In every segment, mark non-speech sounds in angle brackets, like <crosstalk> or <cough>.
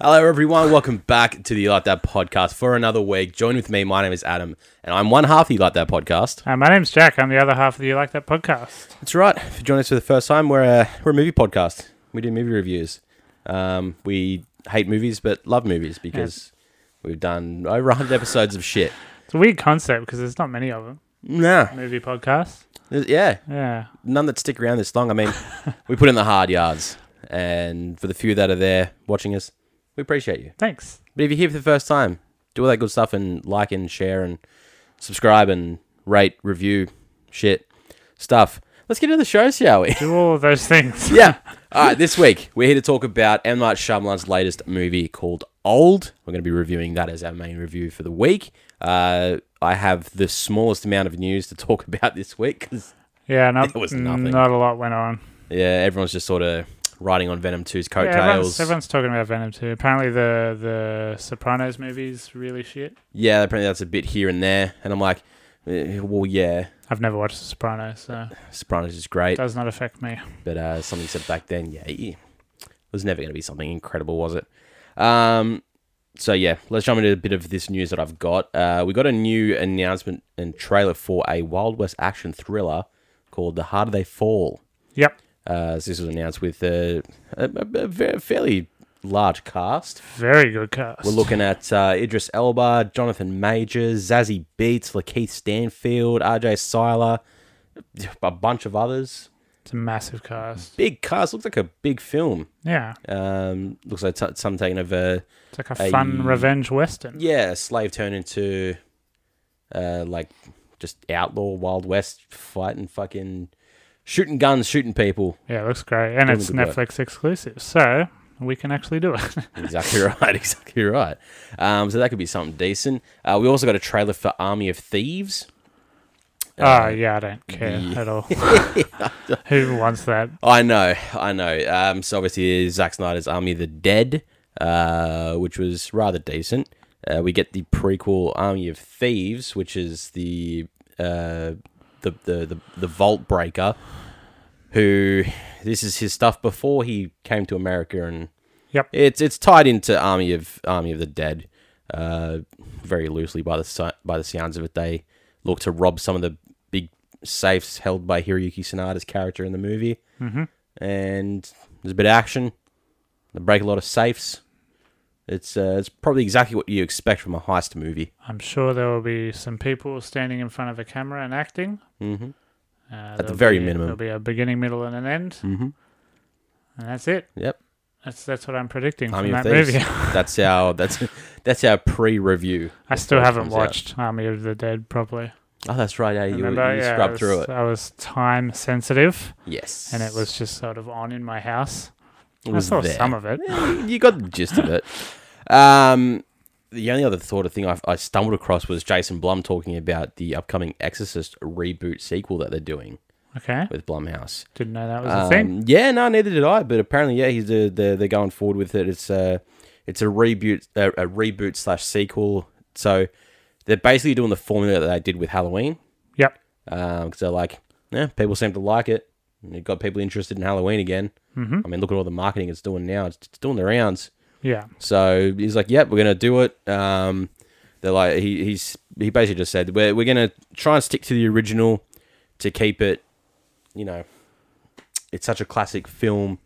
Hello, everyone. Welcome back to the You Like That podcast for another week. Join with me. My name is Adam, and I'm one half of the You Like That podcast. Hi, Uh, my name's Jack. I'm the other half of the You Like That podcast. That's right. If you join us for the first time, we're a, we're a movie podcast. We do movie reviews. Um, we hate movies, but love movies because we've done over 100 episodes of shit. It's a weird concept because there's not many of them. Nah. Movie podcasts. There's- Yeah. Yeah. None that stick around this long. I <laughs> mean, we put in the hard yards, and for the few that are there watching us, we appreciate you. Thanks. But if you're here for the first time, do all that good stuff and like and share and subscribe and rate, review, shit, stuff. Let's get into the show, shall <laughs> we? Do all of those <laughs> things. yeah. All right, this week we're here to talk about M. Night Shyamalan's latest movie called Old. We're going to be reviewing that as our main review for the week. Uh, I have the smallest amount of news to talk <laughs> about this week 'cause, Yeah. Not, There was nothing. Not a lot went on. yeah, everyone's just sort of riding on Venom 2's Yeah, coattails. everyone's, everyone's talking about Venom too. Apparently, the the Sopranos movie's really shit. yeah, apparently that's a bit here and there. And I'm like, eh, well, yeah, I've never watched The Sopranos, so it Sopranos is great. does not affect me. But uh, something said back then, yeah, yeah. it was never going to be something incredible, was it? Um, so yeah, let's jump into a bit of this news that I've got. Uh, we got a new announcement and trailer for a Wild West action thriller called "The Harder They Fall." Yep. Uh, so this was announced with a, a, a- a ve- fairly large cast. Very good cast. We're looking at uh, Idris Elba, Jonathan Majors, Zazie Beats, Lakeith Stanfield, RJ Seiler, a bunch of others. it's a massive cast. Big cast. Looks like a big film. Yeah. Um, looks like t- some taking of a It's like A- a fun revenge western. yeah, a slave turned into uh like just outlaw Wild West fighting fucking shooting guns, shooting people. Yeah, it looks great. And Really it's good work. Netflix exclusive. So we can actually do it. Exactly <laughs> right, exactly right. Um, so that could be something decent. Uh, we also got a trailer for Army of Thieves. Oh, Uh, yeah, I don't care yeah. <laughs> at all. <laughs> Who wants that? I know, I know. Um, so obviously, Zack Snyder's Army of the Dead, uh, which was rather decent. Uh, we get the prequel Army of Thieves, which is the uh, the, the the the Vault Breaker, who this is his stuff before he came to America, and Yep. it's it's tied into Army of Army of the Dead, uh, very loosely by the si- by the sounds of it. They look to rob some of the big safes held by Hiroyuki Sanada's character in the movie hmm and there's a bit of action. They break a lot of safes. It's uh, it's probably exactly what you expect from a heist movie. I'm sure there will be some people standing in front of a camera and acting. Mm-hmm. Uh, the there'll very be- minimum. There'll be a beginning, middle, and an end. Mm-hmm. And that's it. Yep. That's that's what I'm predicting Army from of that Thieves. <laughs> <laughs> movie. That's our that's that's our pre-review. I still it haven't comes out. watched Army of the Dead properly. Oh, that's right. Yeah, you, Remember? you yeah, I scrubbed was, through it. I was time sensitive, Yes. and it was just sort of on in my house. It was I saw there. some of it. <laughs> you got the gist of it. Um, the only other sort of thing I, I stumbled across was Jason Blum talking about the upcoming Exorcist reboot sequel that they're doing Okay, with Blumhouse. didn't know that was a thing. Um, Yeah, no, neither did I. But apparently, yeah, he's the they're, they're going forward with it. It's a it's a reboot a, a reboot slash sequel. So they're basically doing the formula that they did with Halloween. Yep. Because they're like, yeah, people seem to like it. And It got people interested in Halloween again. hmm I mean, look at all the marketing it's doing now. It's, it's doing the rounds. Yeah. So he's like, "Yep, we're gonna do it." Um, they're like, he he's he basically just said, "We're we're gonna try and stick to the original to keep it, you know, it's such a classic film.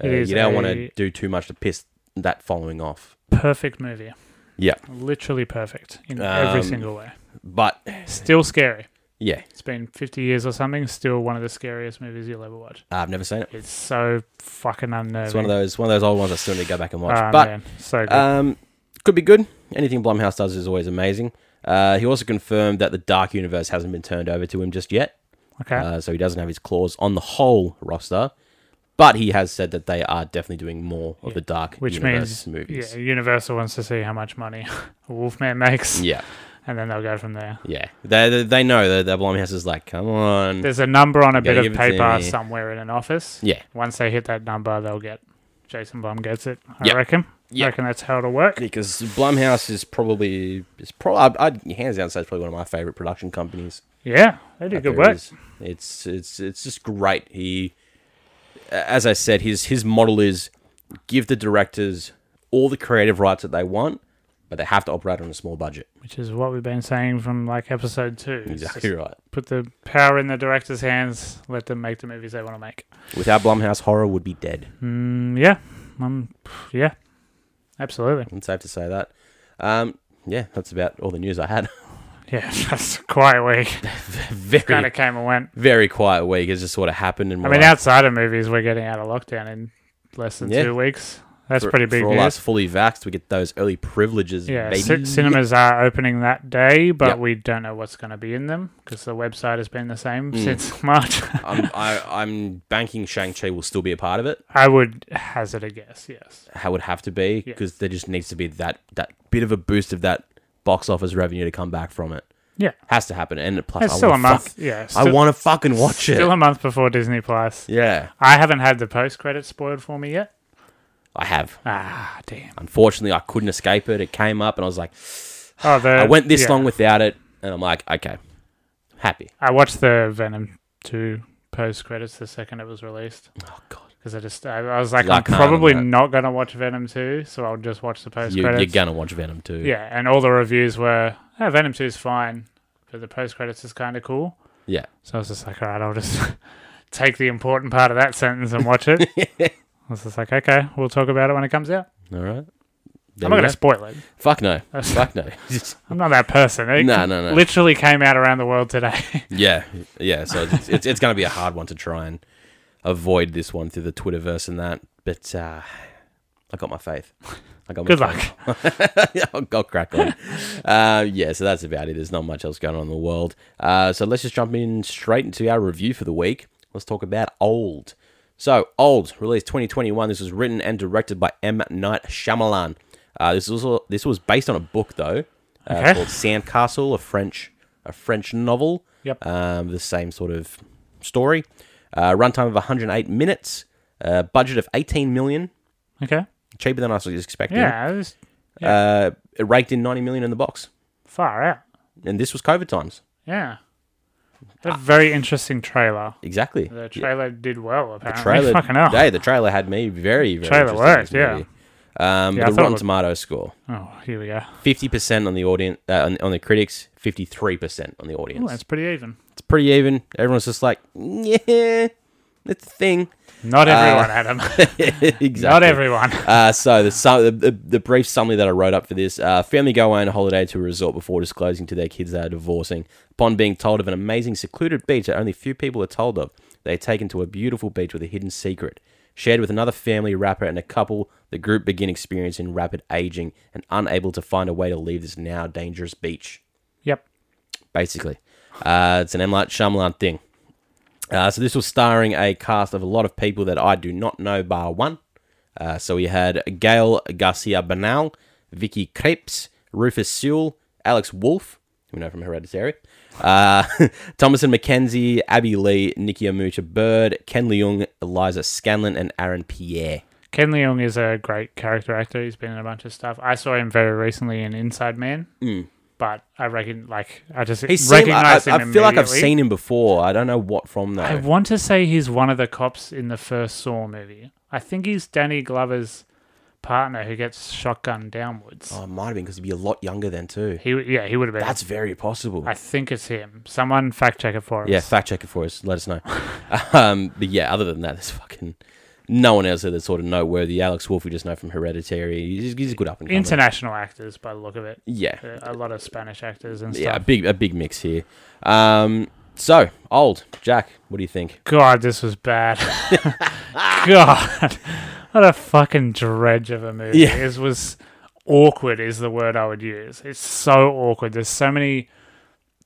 It uh, is you don't want to a- do too much to piss that following off." Perfect movie. Yeah, Literally perfect in every Um, single way. but Still scary. yeah, It's been 50 years or something. Still one of the scariest movies you'll ever watch. I've never seen it. It's so fucking unnerving. It's one of those one of those old ones I still need to go back and watch. Ah, but man, so good. Um, could be good. Anything Blumhouse does is always amazing. Uh, he also confirmed that the Dark Universe hasn't been turned over to him just yet, okay. uh, so he doesn't have his claws on the whole roster. But he has said that they are definitely doing more of Yeah. the Dark Which Universe means movies. yeah, Universal wants to see how much money <laughs> Wolfman makes, Yeah, and then they'll go from there. yeah. They, they, they know that, that Blumhouse is like, come on. There's a number on gotta a bit give of it to paper me. somewhere in an office. yeah, Once they hit that number, they'll get Jason Blum gets it. I Yep. reckon. Yep. I reckon that's how it'll work. because Blumhouse is probably is pro- I'd, I'd hands down say it's probably one of my favorite production companies. Yeah, they do that good there work. is. It's it's it's just great. He, as I said, his his model is give the directors all the creative rights that they want, but they have to operate on a small budget. which is what we've been saying from like episode two. <laughs> It's Exactly just right. Put the power in the director's hands. Let them make the movies they want to make. Without Blumhouse, horror would be dead. Mm, yeah, um, yeah, absolutely. It's safe to say that. Um, yeah, that's about all the news I had. <laughs> Yeah, <laughs> that's a quiet week. Kind very, of came and went. very quiet week. It just sort of happened. And I we're mean, like, outside of movies, we're getting out of lockdown in less than Yeah. two weeks. That's for- pretty big For all us news. fully vaxxed, we get those early privileges. Yeah, baby. ci- cinemas are opening that day, but Yep. we don't know what's going to be in them because the website has been the same Mm. since <laughs> March. <laughs> I'm, I, I'm banking Shang Chi will still be a part of it. I would hazard a guess. Yes. How it would have to be Yeah. because there just needs to be that that bit of a boost of that box office revenue to come back from it. Yeah. has to happen. And plus, It's I still a wanna month. fuck- yeah. I want to fucking watch it. Still a month before Disney Plus. yeah, I haven't had the post credits spoiled for me yet. I have. Ah, damn. Unfortunately, I couldn't escape it. It came up, and I was like, Oh, the, I went this yeah. long without it, and I'm like, okay, happy. I watched the Venom 2 post credits the second it was released Oh god, because I just I, I was like Yeah, I I'm can't on probably that. not gonna watch Venom 2, so I'll just watch the post um, you, you're credits. gonna watch Venom too. yeah, and all the reviews were oh, Venom 2 is fine, but the post credits is kind of cool. Yeah. So I was just like, all right, I'll just <laughs> take the important part of that sentence and <laughs> watch it. I was just like, okay, we'll talk about it when it comes out. All right. I'm There not we gonna go. spoil it. Fuck no. Fuck <laughs> no. I'm not that person. It No, no, no. Literally came out around the world today. <laughs> yeah, yeah. So it's it's, it's going to be a hard one to try and avoid this one through the Twitterverse and that. But uh, I got my faith. I got my Good faith. yeah, <laughs> I'll, I'll crack on. uh, yeah, so that's about it. There's not much else going on in the world. Uh, so let's just jump in straight into our review for the week. Let's talk about Old. So, Old, released 2021. This was written and directed by M. Night Shyamalan. Uh, this was also, this was based on a book though, uh, Okay. called Sandcastle, a French a French novel. Yep. Um, the same sort of story. Uh, runtime of 108 minutes. Uh, budget of 18 million. Okay. Cheaper than I was expecting. Yeah, it was Uh, it raked in 90 million in the box. far out. And this was COVID times. Yeah. Had Ah. A very interesting trailer. Exactly. The trailer did well, apparently. Trailer, <laughs> Fucking hell. Hey, the trailer had me very, very. Trailer interested in worked, this movie. Um, Yeah, the I thought it Rotten was- Tomato score: Oh, here we go. fifty percent on the audience, uh, on, on the critics, fifty-three percent on the audience. Ooh, that's pretty even. It's pretty even. Everyone's just like, yeah, it's a thing. <laughs> Not everyone, Adam. Uh, exactly. Not everyone. <laughs> Uh, so the, sum, the, the the brief summary that I wrote up for this: uh, family go away on a holiday to a resort before disclosing to their kids they are divorcing. Upon being told of an amazing secluded beach that only few people are told of, they are taken to a beautiful beach with a hidden secret. Shared with another family rapper and a couple, the group begin experiencing rapid aging and unable to find a way to leave this now dangerous beach. Yep. Basically, uh, it's an M Night Shyamalan thing. Uh, so this was starring a cast of a lot of people that I do not know, bar one. Uh, so we had Gail Garcia Bernal, Vicky Krebs, Rufus Sewell, Alex Wolf, who we know from Hereditary, uh, <laughs> Thomason McKenzie, Abby Lee, Nikki Amucha Bird, Ken Leung, Eliza Scanlon, and Aaron Pierre. Ken Leung is a great character actor. He's been in a bunch of stuff. I saw him very recently in Inside Man. But I reckon, like, I just Hmm. He's seen, I, recognize I, him I feel like I've immediately. seen him before. I don't know what from though. I want to say he's one of the cops in the first Saw movie. I think he's Danny Glover's partner who gets shotgunned downwards. oh, it might have been because he'd be a lot younger then too. He w- yeah, he would have been. That's very possible. I think it's him. Someone fact check it for us. Yeah, fact check it for us. Let us know. <laughs> um, but yeah, other than that, there's fucking no one else that's sort of noteworthy. Alex Wolf, we just know from Hereditary. He's, he's a good up and coming. International actors by the look of it. Yeah, Uh, A lot of Spanish actors and stuff. yeah, a big a big mix here. Um, so old Jack, what do you think? God, this <laughs> was bad. God, what a fucking dredge of a movie. Yeah. This was awkward. Is the word I would use. It's so awkward. There's so many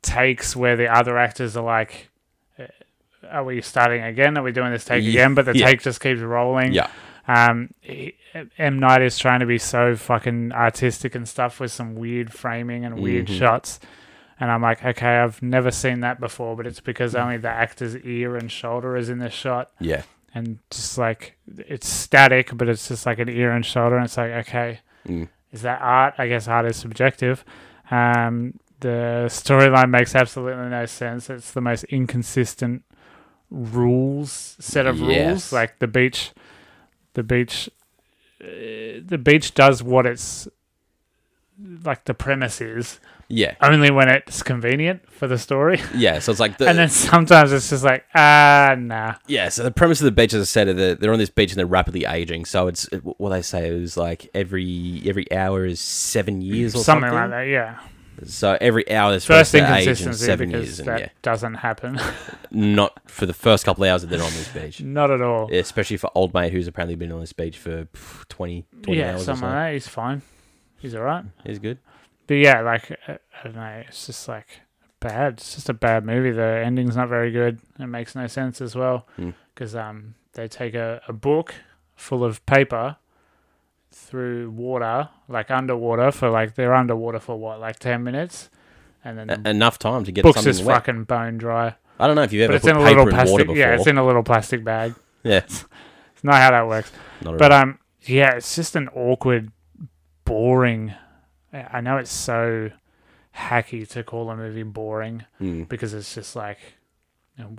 takes where the other actors are like, uh, "Are we starting again? Are we doing this take Yeah, again?" But the yeah. take just keeps rolling. Yeah, Um, he- M Night is trying to be so fucking artistic and stuff with some weird framing and weird shots. And I'm like, okay, I've never seen that before, but it's because only the actor's ear and shoulder is in this shot, yeah, and just like it's static, but it's just like an ear and shoulder, and it's like, okay, Mm. is that art? I guess art is subjective. Um, the storyline makes absolutely no sense. It's the most inconsistent rules set of Yes. rules, like the beach, the beach uh, the beach does what it's like the premise is Yeah, only when it's convenient for the story, yeah. So it's like the and then sometimes it's just like ah nah. yeah. So the premise of the beach, as I said, are that they're on this beach and they're rapidly aging. So it's it- what they say is like every every hour is seven years or something, Something, like that, yeah. So every hour they're supposed First to age in inconsistency seven because years, and that yeah, doesn't happen, <laughs> not for the first couple of hours that they're on this beach. not at all. Especially for old mate who's apparently been on this beach for pff, 20, 20 Yeah, hours or something something. like that. He's fine. He's all right. It's good. But yeah, like I I don't know, it's just like bad. It's just a bad movie. The ending's not very good. It makes no sense as well Hmm. because um they take a, a book full of paper through water, like underwater for like they're underwater for what like ten minutes, and then the E- enough time to get book's something just wet. fucking bone dry. I don't know if you've but ever it's put in a paper little in water plastic. before. Yeah, it's in a little plastic bag. <laughs> Yeah. It's not how that works. Not But but um, yeah, it's just an awkward, boring. I I know it's so hacky to call a movie boring Hmm. because it's just like,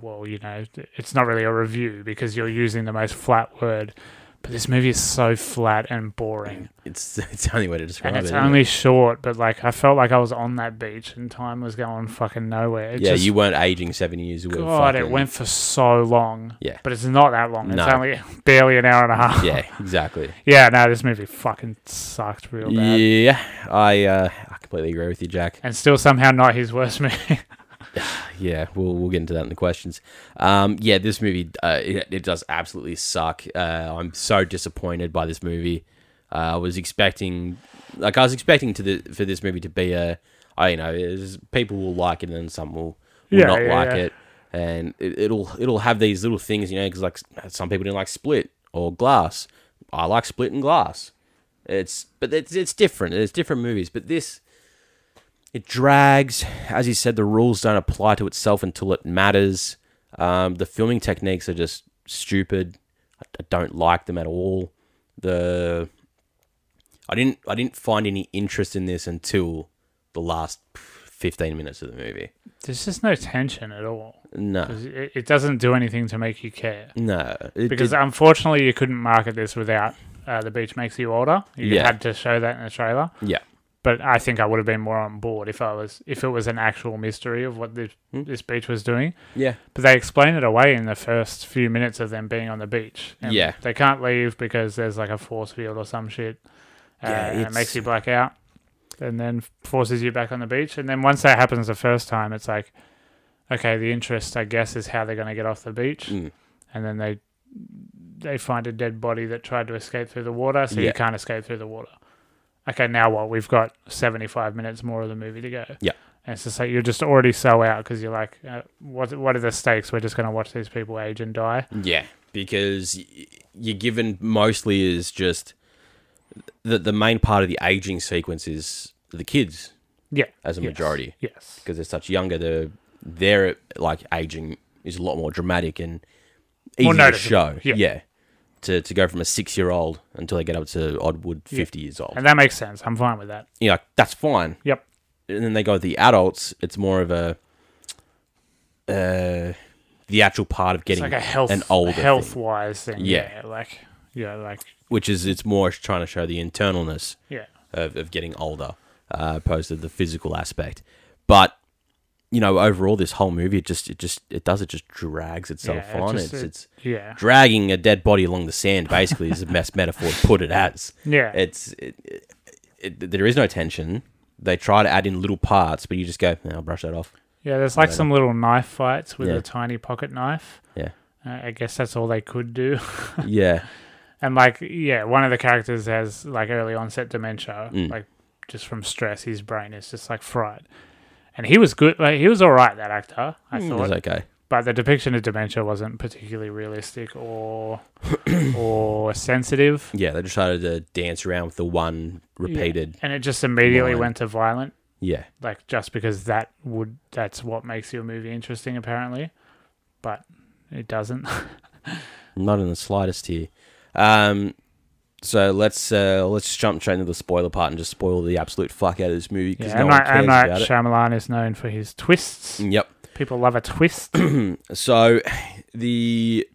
well, you know, it's not really a review because you're using the most flat word. But this movie is so flat and boring, it's <laughs> it's the only way to describe and it's it. isn't it? only short. But like, I felt like I was on that beach and time was going fucking nowhere. It yeah, just, you weren't aging seven years. You were God, it fucking- went <laughs> for so long. Yeah. but it's not that long. No. It's only barely an hour and a <laughs> half. Yeah, exactly. Yeah, no, this movie fucking sucked real bad. yeah, I uh, I completely agree with you, Jack. And still somehow not his worst movie. Yeah, we'll we'll get into that in the questions. Um, yeah, this movie uh, it, it does absolutely suck. Uh, I'm so disappointed by this movie. Uh, I was expecting, like, I was expecting to the for this movie to be a, I you know, is people will like it and some will, will Yeah, not yeah, like yeah. it, and it, it'll it'll have these little things, you know, because like some people didn't like Split or Glass. I like Split and Glass. It's but it's it's different. It's different movies, but this it drags. As you said, the rules don't apply to itself until it matters. Um, the filming techniques are just stupid. I, I don't like them at all. The I didn't I didn't find any interest in this until the last fifteen minutes of the movie. <laughs> There's just no tension at all. No, 'Cause It, it doesn't do anything to make you care. no, it Because did- unfortunately, you couldn't market this without uh, The Beach Makes You Older. You Yeah. had to show that in the trailer. yeah, But I think I would have been more on board if I was if it was an actual mystery of what this, Hmm. this beach was doing. yeah, But they explain it away in the first few minutes of them being on the beach. And Yeah. They can't leave because there's like a force field or some shit. Uh, Yeah, and it it's- makes you black out and then forces you back on the beach. And then once that happens the first time, it's like, okay, the interest, I guess, is how they're going to get off the beach. Mm. And then they they find a dead body that tried to escape through the water. So Yeah. you can't escape through the water. Okay, now what? We've got 75 minutes more of the movie to go. Yeah. And it's just like you're just already so out because you're like, uh, what, what are the stakes? We're just going to watch these people age and die. yeah. Because y- you're given mostly is just the the main part of the aging sequence is the kids Yeah. as a Yes. majority. Yes. because they're such younger, the their like aging is a lot more dramatic and easy More to show. noticeable, Yeah. yeah. To, to go from a six year old until they get up to Oddwood Yeah. fifty years old. And that makes sense. I'm fine with that. You know, that's fine. Yep. And then they go with the adults, it's more of a uh the actual part of It's getting like a health an older health wise thing. Yeah. Yeah. Like yeah, like which is it's more trying to show the internalness yeah. of, of getting older, uh, opposed to the physical aspect. But you know, overall, this whole movie it just it just it does it just drags itself Yeah, it on. just- it's it- it's Yeah. dragging a dead body along the sand. Basically, is the <laughs> best metaphor to put it as. Yeah. It's it, it, it, there is no tension. They try to add in little parts, but you just go, "No, I'll brush that <laughs> off. yeah, there's like some little knife fights with Yeah. a tiny pocket knife. Yeah, Uh, I guess that's all they could do. <laughs> yeah, And like yeah, one of the characters has like early onset dementia, Mm. like just from stress, his brain is just like fried. And he was good. Like he was all right, that actor. I Mm, thought, it's okay. but the depiction of dementia wasn't particularly <coughs> realistic or or sensitive. Yeah, they decided to dance around with the one repeated. and it just immediately line. went to violent Yeah, like just because that would that's what makes your movie interesting apparently but it <laughs> doesn't not in the slightest here. Um, so let's uh, let's jump straight into the spoiler part and just spoil the absolute fuck out of this movie because yeah, no M. one Night, cares M. Night about it. Mm. Shyamalan is known for his twists Yep. people love a twist <coughs> So the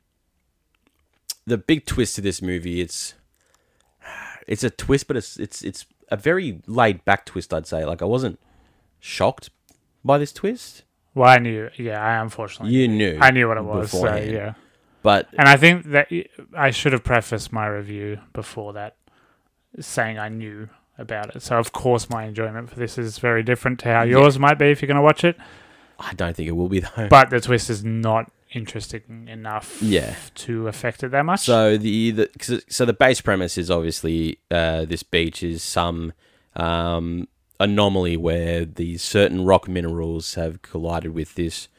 the big twist to this movie it's It's a twist, but it's it's it's a very laid back twist. I'd say. Like I wasn't shocked by this twist. Well, I knew. Yeah, I unfortunately. You knew. I knew what it was. So, beforehand. yeah. But And I think that y- I should have prefaced my review before that saying I knew about it. So, of course, my enjoyment for this is very different to how yours might be if you're going to watch it. I don't think it will be though. <laughs> But the twist is not interesting enough Yeah. to affect it that much. So the, the 'cause- so the base premise is obviously uh, this beach is some um, anomaly where these certain rock minerals have collided with this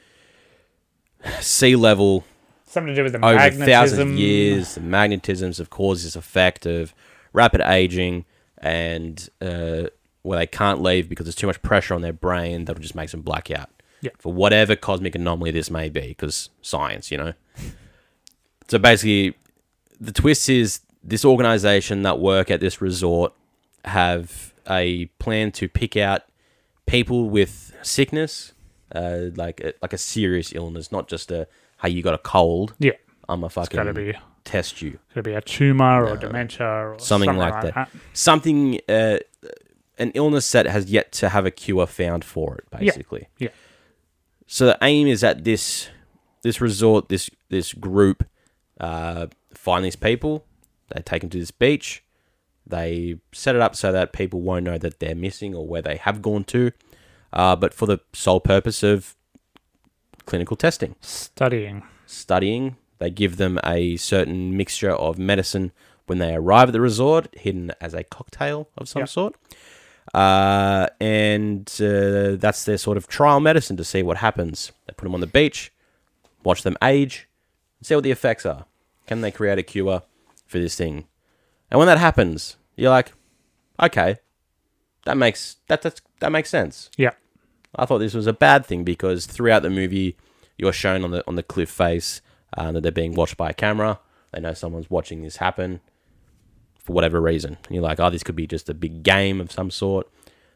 sea level Something to do with the over magnetism. thousands of years. The magnetisms have caused this effect of rapid aging and uh, where they can't leave because there's too much pressure on their brain that just makes them black out. Yeah. For whatever cosmic anomaly this may be, because science, you know. So basically, the twist is this organization that work at this resort have a plan to pick out people with sickness, uh, like a, like a serious illness, not just a hey you got a cold. Yeah. I'm a fucking Gotta be, test you. gotta be a tumor or dementia or Something, like, that. Something, uh, an illness that has yet to have a cure found for it, basically. Yeah. So the aim is that this this resort, this this group, uh, find these people. They take them to this beach. They set it up so that people won't know that they're missing or where they have gone to, uh, but for the sole purpose of clinical testing Studying. studying. They give them a certain mixture of medicine when they arrive at the resort, hidden as a cocktail of some Yep. sort. Uh, and uh, that's their sort of trial medicine to see what happens. They put them on the beach, watch them age, and see what the effects are. Can they create a cure for this thing? And when that happens, you're like, okay, that makes that that's, that makes sense. Yeah. I thought this was a bad thing because throughout the movie, you're shown on the on the cliff face uh, that they're being watched by a camera. They know someone's watching this happen for whatever reason. And you're like, oh, this could be just a big game of some sort.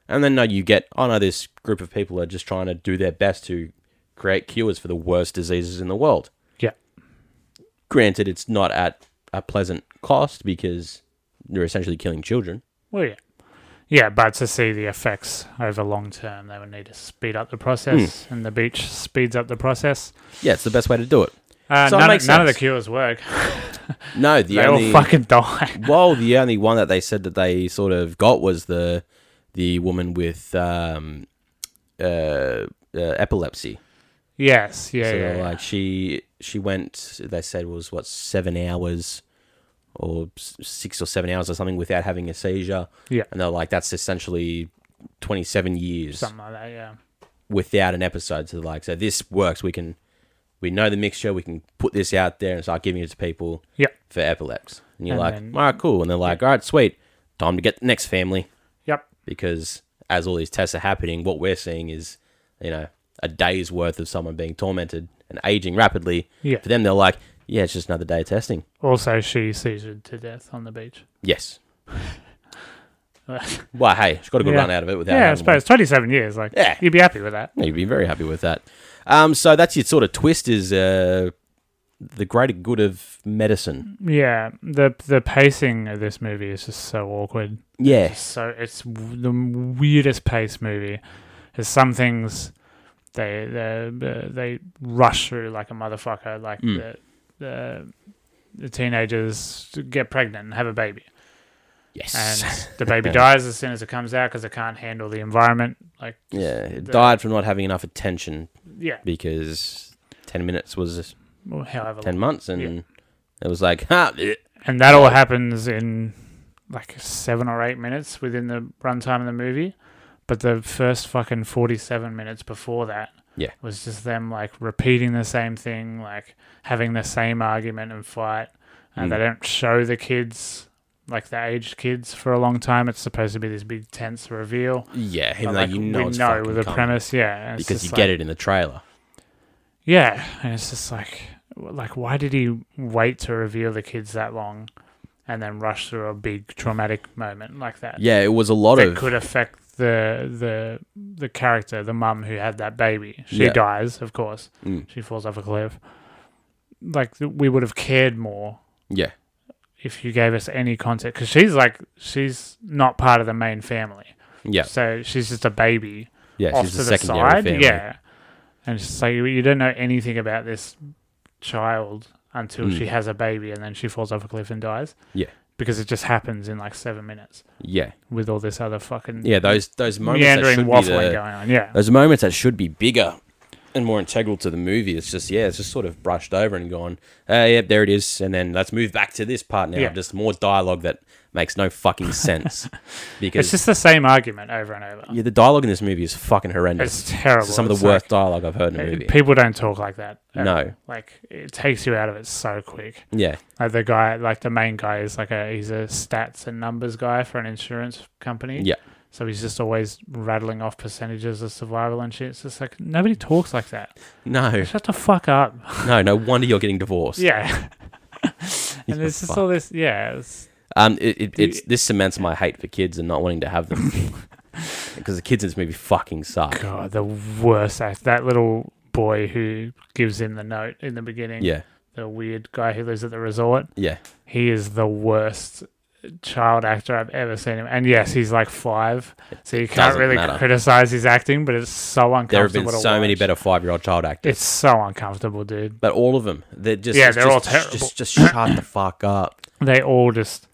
And then no, you get, oh no, this group of people are just trying to do their best to create cures for the worst diseases in the world. Yeah. Granted, it's not at a pleasant cost because you're essentially killing children. Well, yeah. Yeah, but to see the effects over long term, they would need to speed up the process, Hmm. and the beach speeds up the process. Yeah, it's the best way to do it. Uh, So it none, makes of, none of the sense. cures work. No, the they only all fucking die. <laughs> <laughs> well, the only one that they said that they sort of got was the the woman with um, uh, uh, epilepsy. yes, yeah, so yeah. yeah. like she she went. They said was what seven hours or s- six or seven hours or something without having a seizure. Yeah. and they're like that's essentially twenty seven years Something like that, yeah. without an episode. So like, so this works. We can we know the mixture. We can put this out there and start giving it to people Yep, for epilex. And you're And like, then- all right, cool. And they're like, all right, sweet. Time to get the next family yep, because as all these tests are happening, what we're seeing is, you know, a day's worth of someone being tormented and aging rapidly. yeah. For them, they're like, yeah, it's just another day of testing. Also, she seizured to death on the beach. <laughs> Yes. well, hey, she's got a good Yeah. run out of it without. yeah, I having one. suppose 27 years, like, Yeah. you'd be happy with that. You'd be very happy with that. Um, so that's your sort of twist is uh, the greater good of medicine. Yeah, the the pacing of this movie is just so awkward. Yeah. so it's w- the weirdest pace movie. There's some things they they they rush through like a motherfucker. Like Mm. the, the the teenagers get pregnant and have a baby, Yes. <laughs> and the baby dies as soon as it comes out because it can't handle the environment. Like yeah. It the- died from not having enough attention yeah, because 10 minutes was well, however, 10 long. months and it was like, ha, eh, and that all happens in like seven or eight minutes within the runtime of the movie. But the first fucking 47 minutes before that Yeah. was just them like repeating the same thing, like having the same argument and fight. And Mm. they don't show the kids, like the aged kids, for a long time. It's supposed to be this big tense reveal. yeah, But, even though like, you know we it's know fucking the coming premise, yeah. it's because just you like- get it in the trailer. yeah, and it's just like, like, why did he wait to reveal the kids that long, and then rush through a big traumatic moment like that? Yeah, it was a lot that of could affect the the the character, the mum who had that baby. She Yeah. dies, of course. Mm, She falls off a cliff. Like th- we would have cared more yeah, if you gave us any content because she's like she's not part of the main family, Yeah, so she's just a baby yeah. off She's to the the secondary side. family. Yeah, and she's like you don't know anything about this child until Mm. she has a baby and then she falls off a cliff and dies. Yeah. because it just happens in like seven minutes yeah, with all this other fucking yeah. Those those moments that meandering should waffling be the, going on. Yeah, those moments that should be bigger and more integral to the movie. It's just yeah, it's just sort of brushed over and gone. Uh, yep, there it is. And then let's move back to this part now. Yeah. Just more dialogue that makes no fucking sense because <laughs> it's just the same argument over and over. yeah, the dialogue in this movie is fucking horrendous. It's terrible. It's some of It's the like- worst dialogue I've heard in a movie. People don't talk like that. at No. all. like it takes you out of it so quick. Yeah, Like the guy, like the main guy, is like a he's a stats and numbers guy for an insurance company. yeah, So he's just always rattling off percentages of survival and shit. It's just like nobody talks like that. no, Shut the <laughs> fuck up. no, no wonder you're getting divorced. yeah. <laughs> and there's just Fuck. all this. Yeah. It's, Um, it, it, Do it's this cements my hate for kids and not wanting to have them <laughs> because the kids in this movie fucking suck. God, the worst act. That little boy who gives him the note in the beginning. Yeah, The weird guy who lives at the resort. yeah, he is the worst child actor I've ever seen him. And yes, he's like five, so you can't doesn't really matter. criticize his acting, but it's so uncomfortable. there have been to so many watch. better five-year-old child actors. It's so uncomfortable, dude. But all of them, they're just Yeah, it's they're all just, terrible. Just, just shut the fuck up. They all just.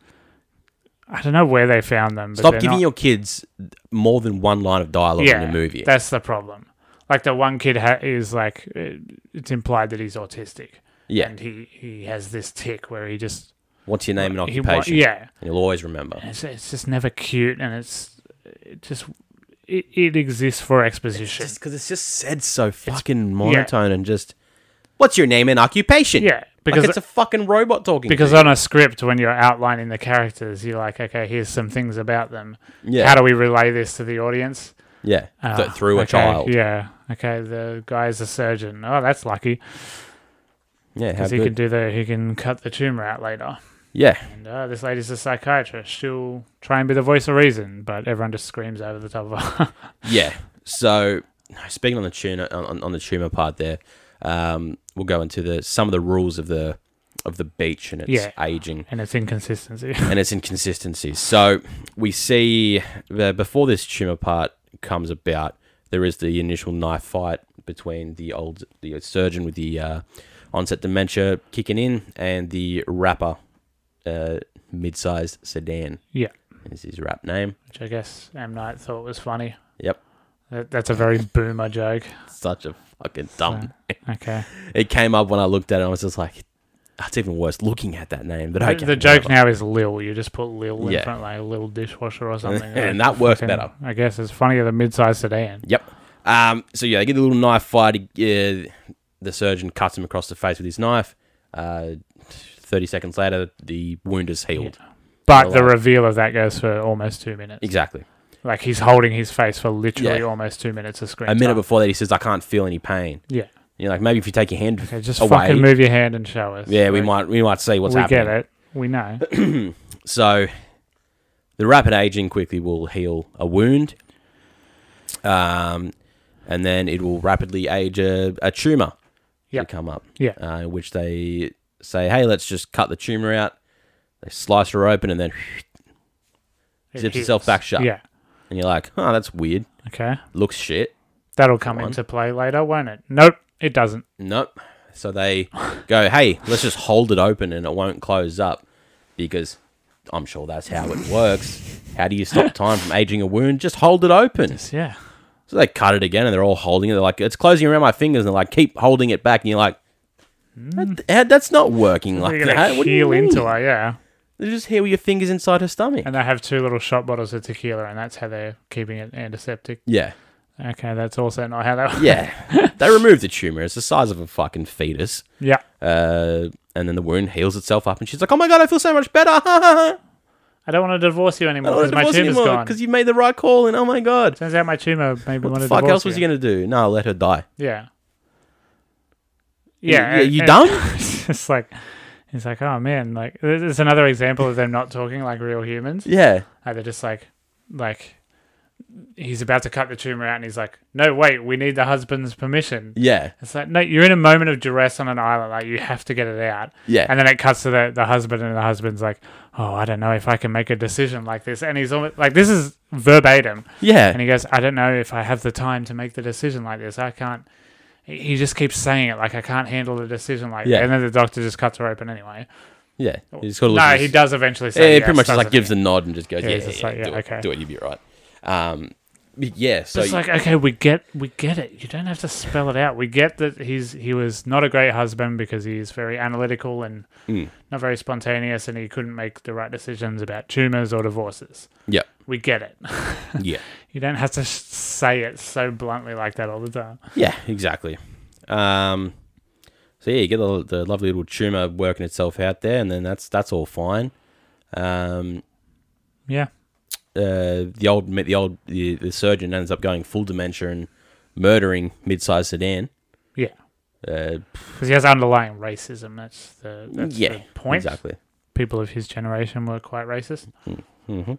I don't know where they found them. But Stop they're giving not- your kids more than one line of dialogue yeah, in a movie. That's the problem. Like the one kid ha- is like, it- it's implied that he's autistic, yeah, and he he has this tick where he just what's your name and he wa- occupation? yeah, and you'll always remember. it's, it's just never cute, and it's it just it, it exists for exposition. Just because it's just said so fucking monotone and just, what's your name and occupation? Yeah, because because it's a fucking robot talking. because on a script when you're outlining the characters, you're like, okay, here's some things about them. yeah, How do we relay this to the audience? yeah, th- Ah, through a okay, child. Yeah. Okay, the guy's a surgeon. Oh, that's lucky Yeah, how because he good. can do the he can cut the tumor out later. yeah, And oh, this lady's a psychiatrist. She'll try and be the voice of reason, but everyone just screams over the top of her. <laughs> yeah. So speaking on the tuna on- on, on the tumor part there, um, we'll go into the some of the rules of the of the beach and its Yeah. aging. and it's inconsistency. and its inconsistencies. So we see uh, before this tumor part comes about, there is the initial knife fight between the old the surgeon with the uh, onset dementia kicking in and the rapper, uh, mid-sized sedan. Yeah. is his rap name. Which I guess M Night thought was funny. Yep. That, that's a very boomer joke. Such a fucking dumb. Okay. It came up when I looked at it. I was just like, that's even worse looking at that name. But The- okay, the joke whatever. now is Lil. You just put Lil in Yeah. front, like Lil dishwasher or something. <laughs> and Like, that works fucking- better. I guess it's funnier than mid-sized sedan. Yep. Um, so yeah, they get the little knife fight. Uh, the surgeon cuts him across the face with his knife. Uh, Thirty seconds later, the wound is healed. But the Relax. reveal of that goes for almost two minutes. Exactly. Like he's holding his face for literally Yeah. almost two minutes of screen. A minute time. before that, he says, "I can't feel any pain." Yeah. You're like, maybe if you take your hand Okay, just away, fucking move your hand and show us. yeah, we Like, might we might see what's we happening. get it. <coughs> We know. So, the rapid aging quickly will heal a wound, um, and then it will rapidly age a, a tumor Yep. to come up. Yeah. uh, in which they say, "Hey, let's just cut the tumor out." They slice her open, and then It Zips itself back shut. Yeah. and you're like, "Oh, that's weird. Okay. Looks shit." That'll come Go on. into play later, won't it? Nope. It doesn't. Nope. So <laughs> they go, "Hey, let's just hold it open, and it won't close up," because I'm sure that's how it works. How do you stop time from aging a wound? Just hold it open. Yeah. So they cut it again and they're all holding it. They're like, it's closing around my fingers. And they're like, keep holding it back. And you're like, "That- that- that's not working like Hmm. You're gonna that. What do you heel mean? into her. Yeah. They're just here with your fingers inside her stomach. And they have two little shot bottles of tequila, and that's how they're keeping it antiseptic. yeah. Okay, that's also not how that. Yeah. they removed the tumor. It's the size of a fucking fetus. yeah, Uh, and then the wound heals itself up. And she's like, oh my God, I feel so much better. <laughs> I <laughs> I don't want to divorce you anymore don't want because to my divorce you tumor's anymore gone. because you made the right call. And oh my God. Turns out my tumor made me What want the to fuck divorce else was you going to do? No, let her die. Yeah, yeah. You, and- you and dumb? <laughs> It's just like it's like oh man, like this is another example of them not talking like real humans. yeah. Like, they're just like like he's about to cut the tumor out, and he's like, "No, wait, we need the husband's permission." Yeah. It's like, no, you're in a moment of duress on an island. Like, you have to get it out. Yeah. And then it cuts to the, the husband, and the husband's like, oh, I don't know if I can make a decision like this. And he's almost like, this is verbatim. Yeah. And he goes, I don't know if I have the time to make the decision like this. I can't. He he just keeps saying it like, I can't handle the decision like Yeah. that. And then the doctor just cuts her open anyway. yeah. He's got a look No, at he his- does eventually say Yeah, he yes, pretty much just like doesn't gives he? a nod and just goes, yeah, he's yeah, just yeah, like, yeah, do, okay. it, do it, you'll be right. Um, yeah, so It's like okay, we get we get it. You don't have to spell it out. We get that he's he was not a great husband because he's very analytical and Mm. not very spontaneous, and he couldn't make the right decisions about tumors or divorces. yeah, We get it. yeah, you don't have to s say it so bluntly like that all the time. <laughs> yeah, exactly. Um, so yeah, you get the, the lovely little tumor working itself out there, and then that's that's all fine. Um, Yeah, uh, the old the old the, the surgeon ends up going full dementia and murdering mid-sized sedan. yeah, Uh, because he has underlying racism. That's the that's yeah, the point. exactly. People of his generation were quite racist. hmm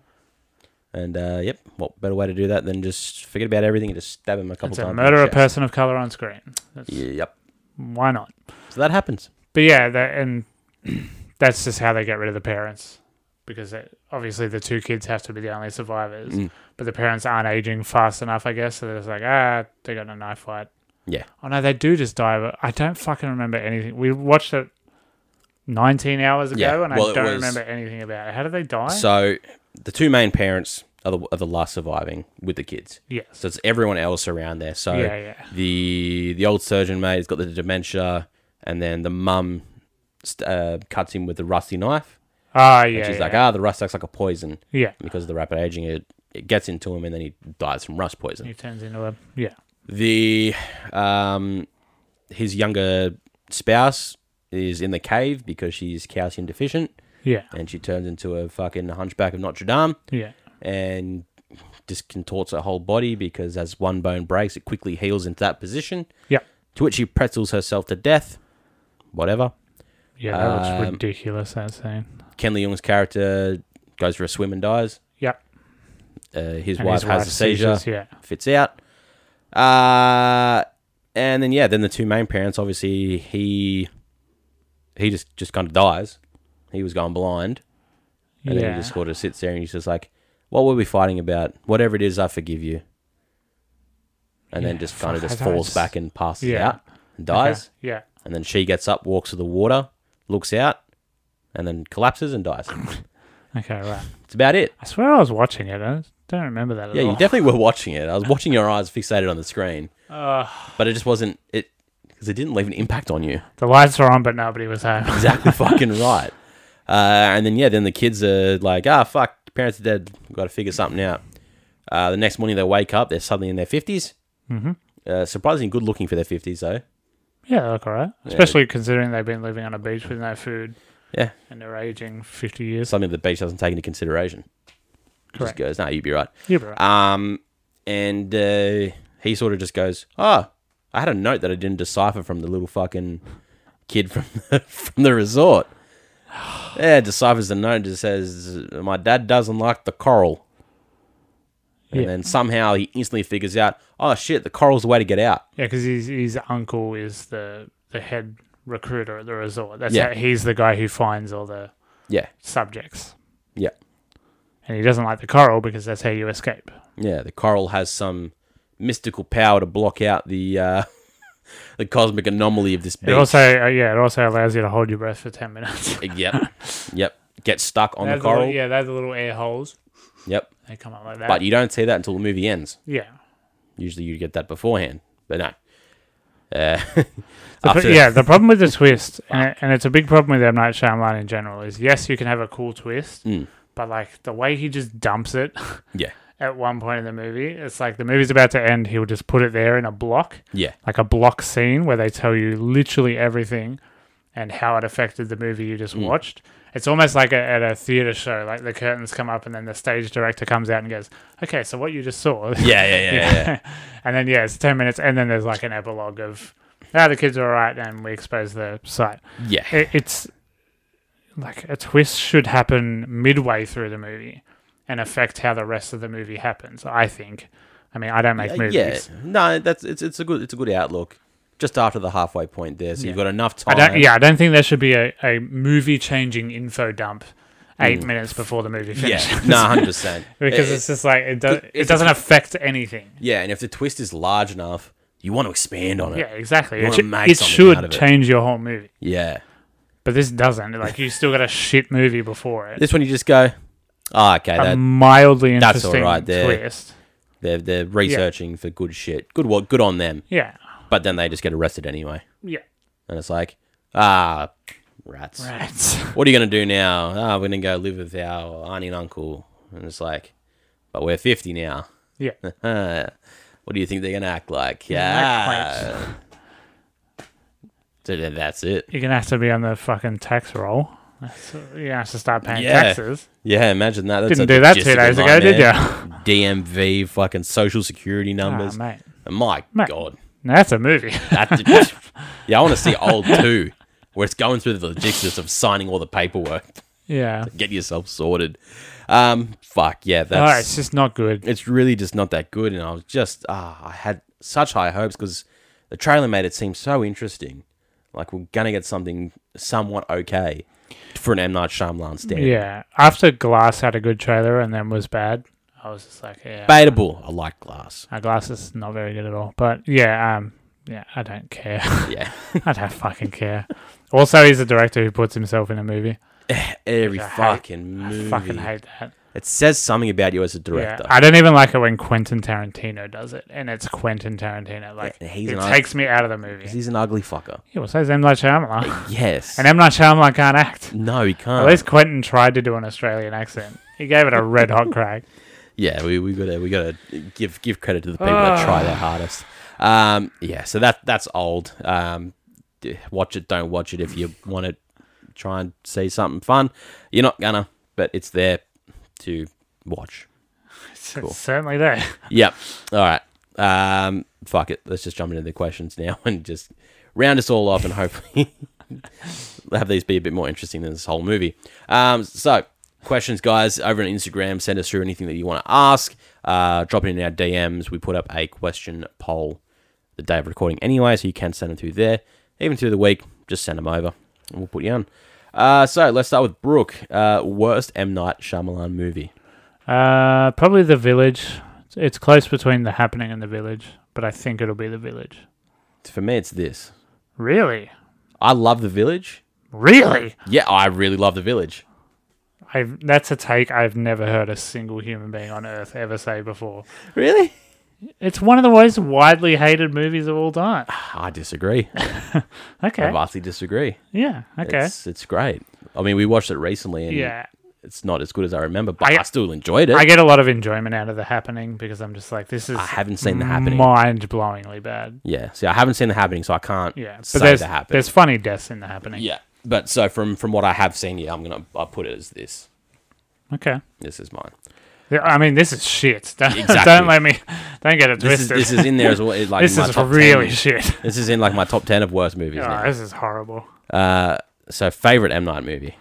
And uh, yep, what better way to do that than just forget about everything and just stab him a couple It's times? a in the murder a chest. person of color on screen. That's, Yep. Why not? So that happens. But yeah, that, and <clears throat> that's just how they get rid of the parents because it, obviously the two kids have to be the only survivors. Mm. But the parents aren't aging fast enough, I guess. So they're just like, ah, they got in a knife fight. Yeah. Oh no, they do just die. But I don't fucking remember anything. We watched it 19 hours ago, Yeah, and well, I it don't was- remember anything about it. How did they die? So the two main parents are the, are the last surviving with the kids. yes. So it's everyone else around there. So Yeah, yeah. the the old surgeon mate has got the dementia, and then the mum st- uh, cuts him with the rusty knife. Ah, And yeah. she's yeah. like, ah, the rust acts like a poison yeah. because of the rapid aging. It it gets into him, and then he dies from rust poison. He turns into a yeah. The um, his younger spouse is in the cave because she's calcium deficient, Yeah. and she turns into a fucking hunchback of Notre Dame. Yeah. and just contorts her whole body because as one bone breaks, it quickly heals into that position. Yep. To which she pretzels herself to death. Whatever. Yeah, that looks Um, ridiculous, that scene. Ken Lee Young's character goes for a swim and dies. Yep. Uh, his And wife his has a wife seizure, seizures, Yeah. fits out. Uh, and then yeah, then the two main parents obviously he he just just kind of dies. He was going blind, and yeah. then he just sort of sits there and he's just like, "What were we fighting about? Whatever it is, I forgive you." And then Yeah, just kind of fuck, I just don't- falls back and passes Yeah. out and dies. Okay, Yeah. And then she gets up, walks to the water, looks out, and then collapses and dies. Okay, right. It's about it. I swear I was watching it. I don't remember that at Yeah, you all. definitely were watching it. I was watching your eyes fixated on the screen, Ugh. but it just wasn't it because it didn't leave an impact on you. <laughs> the lights were on, but nobody was home. Exactly fucking right. Uh, and then yeah, then the kids are like, ah, fuck, parents are dead. Got to figure something out. Uh, the next morning they wake up, they're suddenly in their fifties. Mhm. Uh, surprisingly good looking for their fifties though. Yeah, they look all right. Especially considering they've been living on a beach with no food. Yeah. And they're aging 50 years. Something the beach doesn't take into consideration. Just Correct. goes, nah, you'd be right. Yeah, bro. Um, and uh, he sort of just goes, oh, I had a note that I didn't decipher from the little fucking kid from <laughs> the, from the resort. <sighs> Yeah, deciphers the note and just says, my dad doesn't like the coral. And Yeah. then somehow he instantly figures out, oh shit, the coral's the way to get out. Yeah, because his, his uncle is the, the head recruiter at the resort. That's Yeah. how, he's the guy who finds all the Yeah, subjects. yeah, And he doesn't like the coral because that's how you escape. yeah. The coral has some mystical power to block out the uh, <laughs> the cosmic anomaly of this It beach. also, uh, yeah, it also allows you to hold your breath for 10 minutes. yep, yep. Get stuck on <laughs> They the have the little- coral. yeah, they have the little air holes. Yep. They come up like that. But you don't see that until the movie ends. yeah. Usually you get that beforehand, but no. Uh, <laughs> The pro- after, yeah, the problem with the twist, and, and it's a big problem with M Night Shyamalan in general, is yes, you can have a cool twist, Mm. but like the way he just dumps it <laughs> yeah, at one point in the movie, it's like the movie's about to end, he'll just put it there in a block, yeah, like a block scene where they tell you literally everything and how it affected the movie you Mm. just watched. It's almost like a, at a theater show, like the curtains come up and then the stage director comes out and goes, "Okay, so what you just saw." yeah, yeah, yeah, <laughs> yeah. and then yeah, it's ten minutes, and then there's like an epilogue of, "Now the kids are alright," and we expose the site. yeah. It, it's like a twist should happen midway through the movie, and affect how the rest of the movie happens. I think. I mean, I don't make Uh, movies. yeah, no, that's it's it's a good it's a good outlook. Just after the halfway point there, so you've got enough I time. don't. Yeah, I don't think there should be a, a movie changing info dump eight minutes before the movie yeah, finishes. <laughs> <laughs> no, hundred percent. because it's just like it, do, it, it's a- doesn't affect anything. yeah, and if the twist is large enough, you want to expand on it. Yeah, exactly. You It, wanna should- make it something out should of it. change your whole movie, yeah. but this doesn't. Like you still got a shit movie before it. This one you just go, ah, okay, a that, mildly that's interesting all right there. twist. they're they're researching for good shit. Good what? Good on them. Yeah, But then they just get arrested anyway, yeah. and it's like, ah, rats. Rats. What are you gonna do now? Ah, we're gonna go live with our auntie and uncle, and it's like, but we're fifty now. Yeah. <laughs> what do you think they're gonna act like? act Yeah. So then that's it. You're gonna have to be on the fucking tax roll. That's, you're gonna have to start paying Yeah. taxes. Yeah, imagine that. That's Didn't a do that two logistical days ago, did nightmare. <laughs> <laughs> ya? DMV, fucking social security Ah, numbers. mate. My Mate. God. Now that's a movie. <laughs> That, <laughs> yeah, I want to see old two, where it's going through the logistics of signing all the paperwork. <laughs> yeah. Get yourself sorted. Um, fuck yeah, Oh, that's it's just not good. it's really just not that good. And I was just ah, I had such high hopes because the trailer made it seem so interesting. Like we're gonna get something somewhat okay for an M Night Shyamalan stand. Yeah. After Glass had a good trailer and then was bad, I was just like, yeah. Debatable. I like <laughs> Glass. Our glass is not very good at all. But yeah, um, yeah, I don't care. <laughs> Yeah, I don't fucking care. Also, he's a director who puts himself in a movie. every I hate- fucking I movie. fucking hate that. It says something about you as a Yeah, director. I don't even like it when Quentin Tarantino does it, and it's Quentin Tarantino. Like Yeah, he's it an- takes me out of the movie. He's an ugly <laughs> fucker. Yeah, well, so is M Night Shyamalan, Yes. and M Night Shyamalan can't act. no, he can't. At least Quentin tried to do an Australian accent. He gave it a <laughs> red hot crack. Yeah, we we gotta we gotta give give credit to the people that try their hardest. Um, yeah, so that that's old. Um, d- watch it, don't watch it if you want to try and see something fun. You're not gonna, but it's there to watch. It's it's certainly there. Yep. All right. Um, fuck it. Let's just jump into the questions now <laughs> and just round us all off and hopefully <laughs> have these be a bit more interesting than this whole movie. Um, so questions, guys, over on Instagram, send us through anything that you want to ask. Uh, drop it in our DMs. We put up a question poll the day of recording anyway, so you can send them through there. Even through the week, just send them over and we'll put you on. Uh, so let's start with Brooke. Uh, worst M Night Shyamalan movie. Uh, probably the village. It's- It's close between the happening and the village, but I think it'll be the village. For me, it's this. Really, I love The Village. really. Yeah, I really love The Village. I've, that's a take I've never heard a single human being on earth ever say before. Really? It's one of the most widely hated movies of all time. I disagree. I Okay. vastly disagree. Yeah. Okay. It's, it's great. I mean, we watched it recently and yeah. it's not as good as I remember, but I, I- still enjoyed it. I I, get a lot of enjoyment out of the happening because I'm just like, this is haven't seen The Happening. mind blowingly bad. yeah, see, I haven't seen The Happening, so I can't Yeah. But say there's The Happening. there's funny deaths in the happening. Yeah, but so from from what I have seen, yeah, I'm gonna I put it as this. Okay. This is mine. Yeah, I mean, this is shit. <laughs> Don't, Exactly. don't let me. Don't get it This is twisted. this is in there as well. It's like <laughs> This in my is top really 10. <laughs> shit. This is in like my top ten of worst movies. Oh, this is horrible. now. Uh, so favorite M Night movie.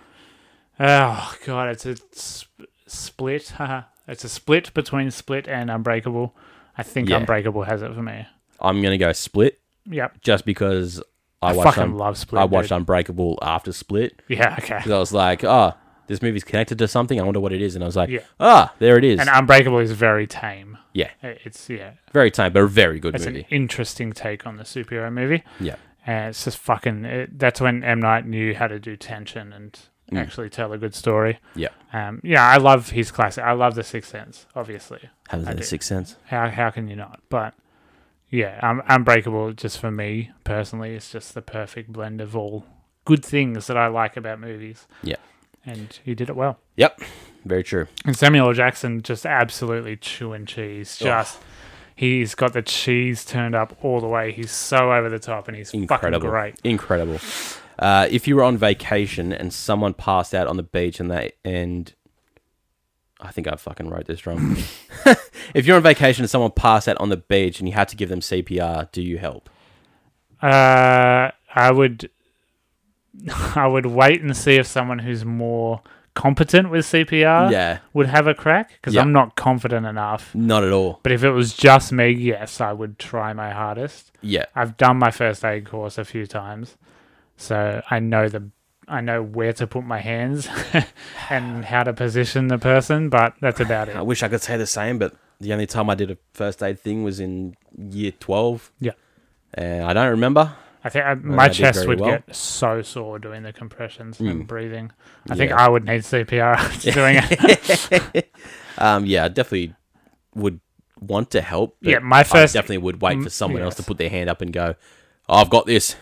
Oh god, it's a sp- split. haha. it's a split between Split and Unbreakable. I think Yeah. Unbreakable has it for me. I'm gonna go Split Yep. just because I, I watched fucking Un- love Split, I watched dude. Unbreakable after Split. Yeah. Okay. because I was like, oh, this movie's connected to something. I wonder what it is. And I was like, Yeah. ah, there it is. And Unbreakable is very tame. yeah, It- It's yeah. very tame, but a very good It's an movie. interesting take on the superhero movie. yeah, And it's just fucking. It, that's when M Night knew how to do tension and actually tell a good story. Mm. yeah. Um. Yeah, I love his classic. I love The Sixth Sense, obviously. Haven't seen do. The Sixth Sense. How how can you not? But yeah, um, Unbreakable just for me personally is just the perfect blend of all good things that I like about movies. Yeah. And he did it well. Yep, very true. And Samuel L. Jackson just absolutely chewing cheese. Just he's got the cheese turned up all the way. He's so over the top and he's Incredible. fucking great. Incredible. Uh, if you were on vacation and someone passed out on the beach and they and I think I fucking wrote this wrong. <laughs> if you're on vacation and someone passed out on the beach and you had to give them CPR, do you help? <laughs> Uh, I would I would wait and see if someone who's more competent with CPR Yeah. would have a crack because Yeah. I'm not confident enough. Not at all. But if it was just me, yes, I would try my hardest. Yeah. I've done my first aid course a few times, so I know the I know where to put my hands <laughs> and how to position the person, but that's about I it. wish I could say the same, but the only time I did a first aid thing was in year 12. Yeah. And I don't remember. I think I, I my did chest very would well. get so sore doing the compressions Mm. and breathing. I think Yeah. I would need <laughs> CPR after doing it. <laughs> Um, yeah, I definitely would want to help. but Yeah, my first- I definitely would wait for Mm, someone else to yes. put their hand up and go, "Oh, "I've got this,"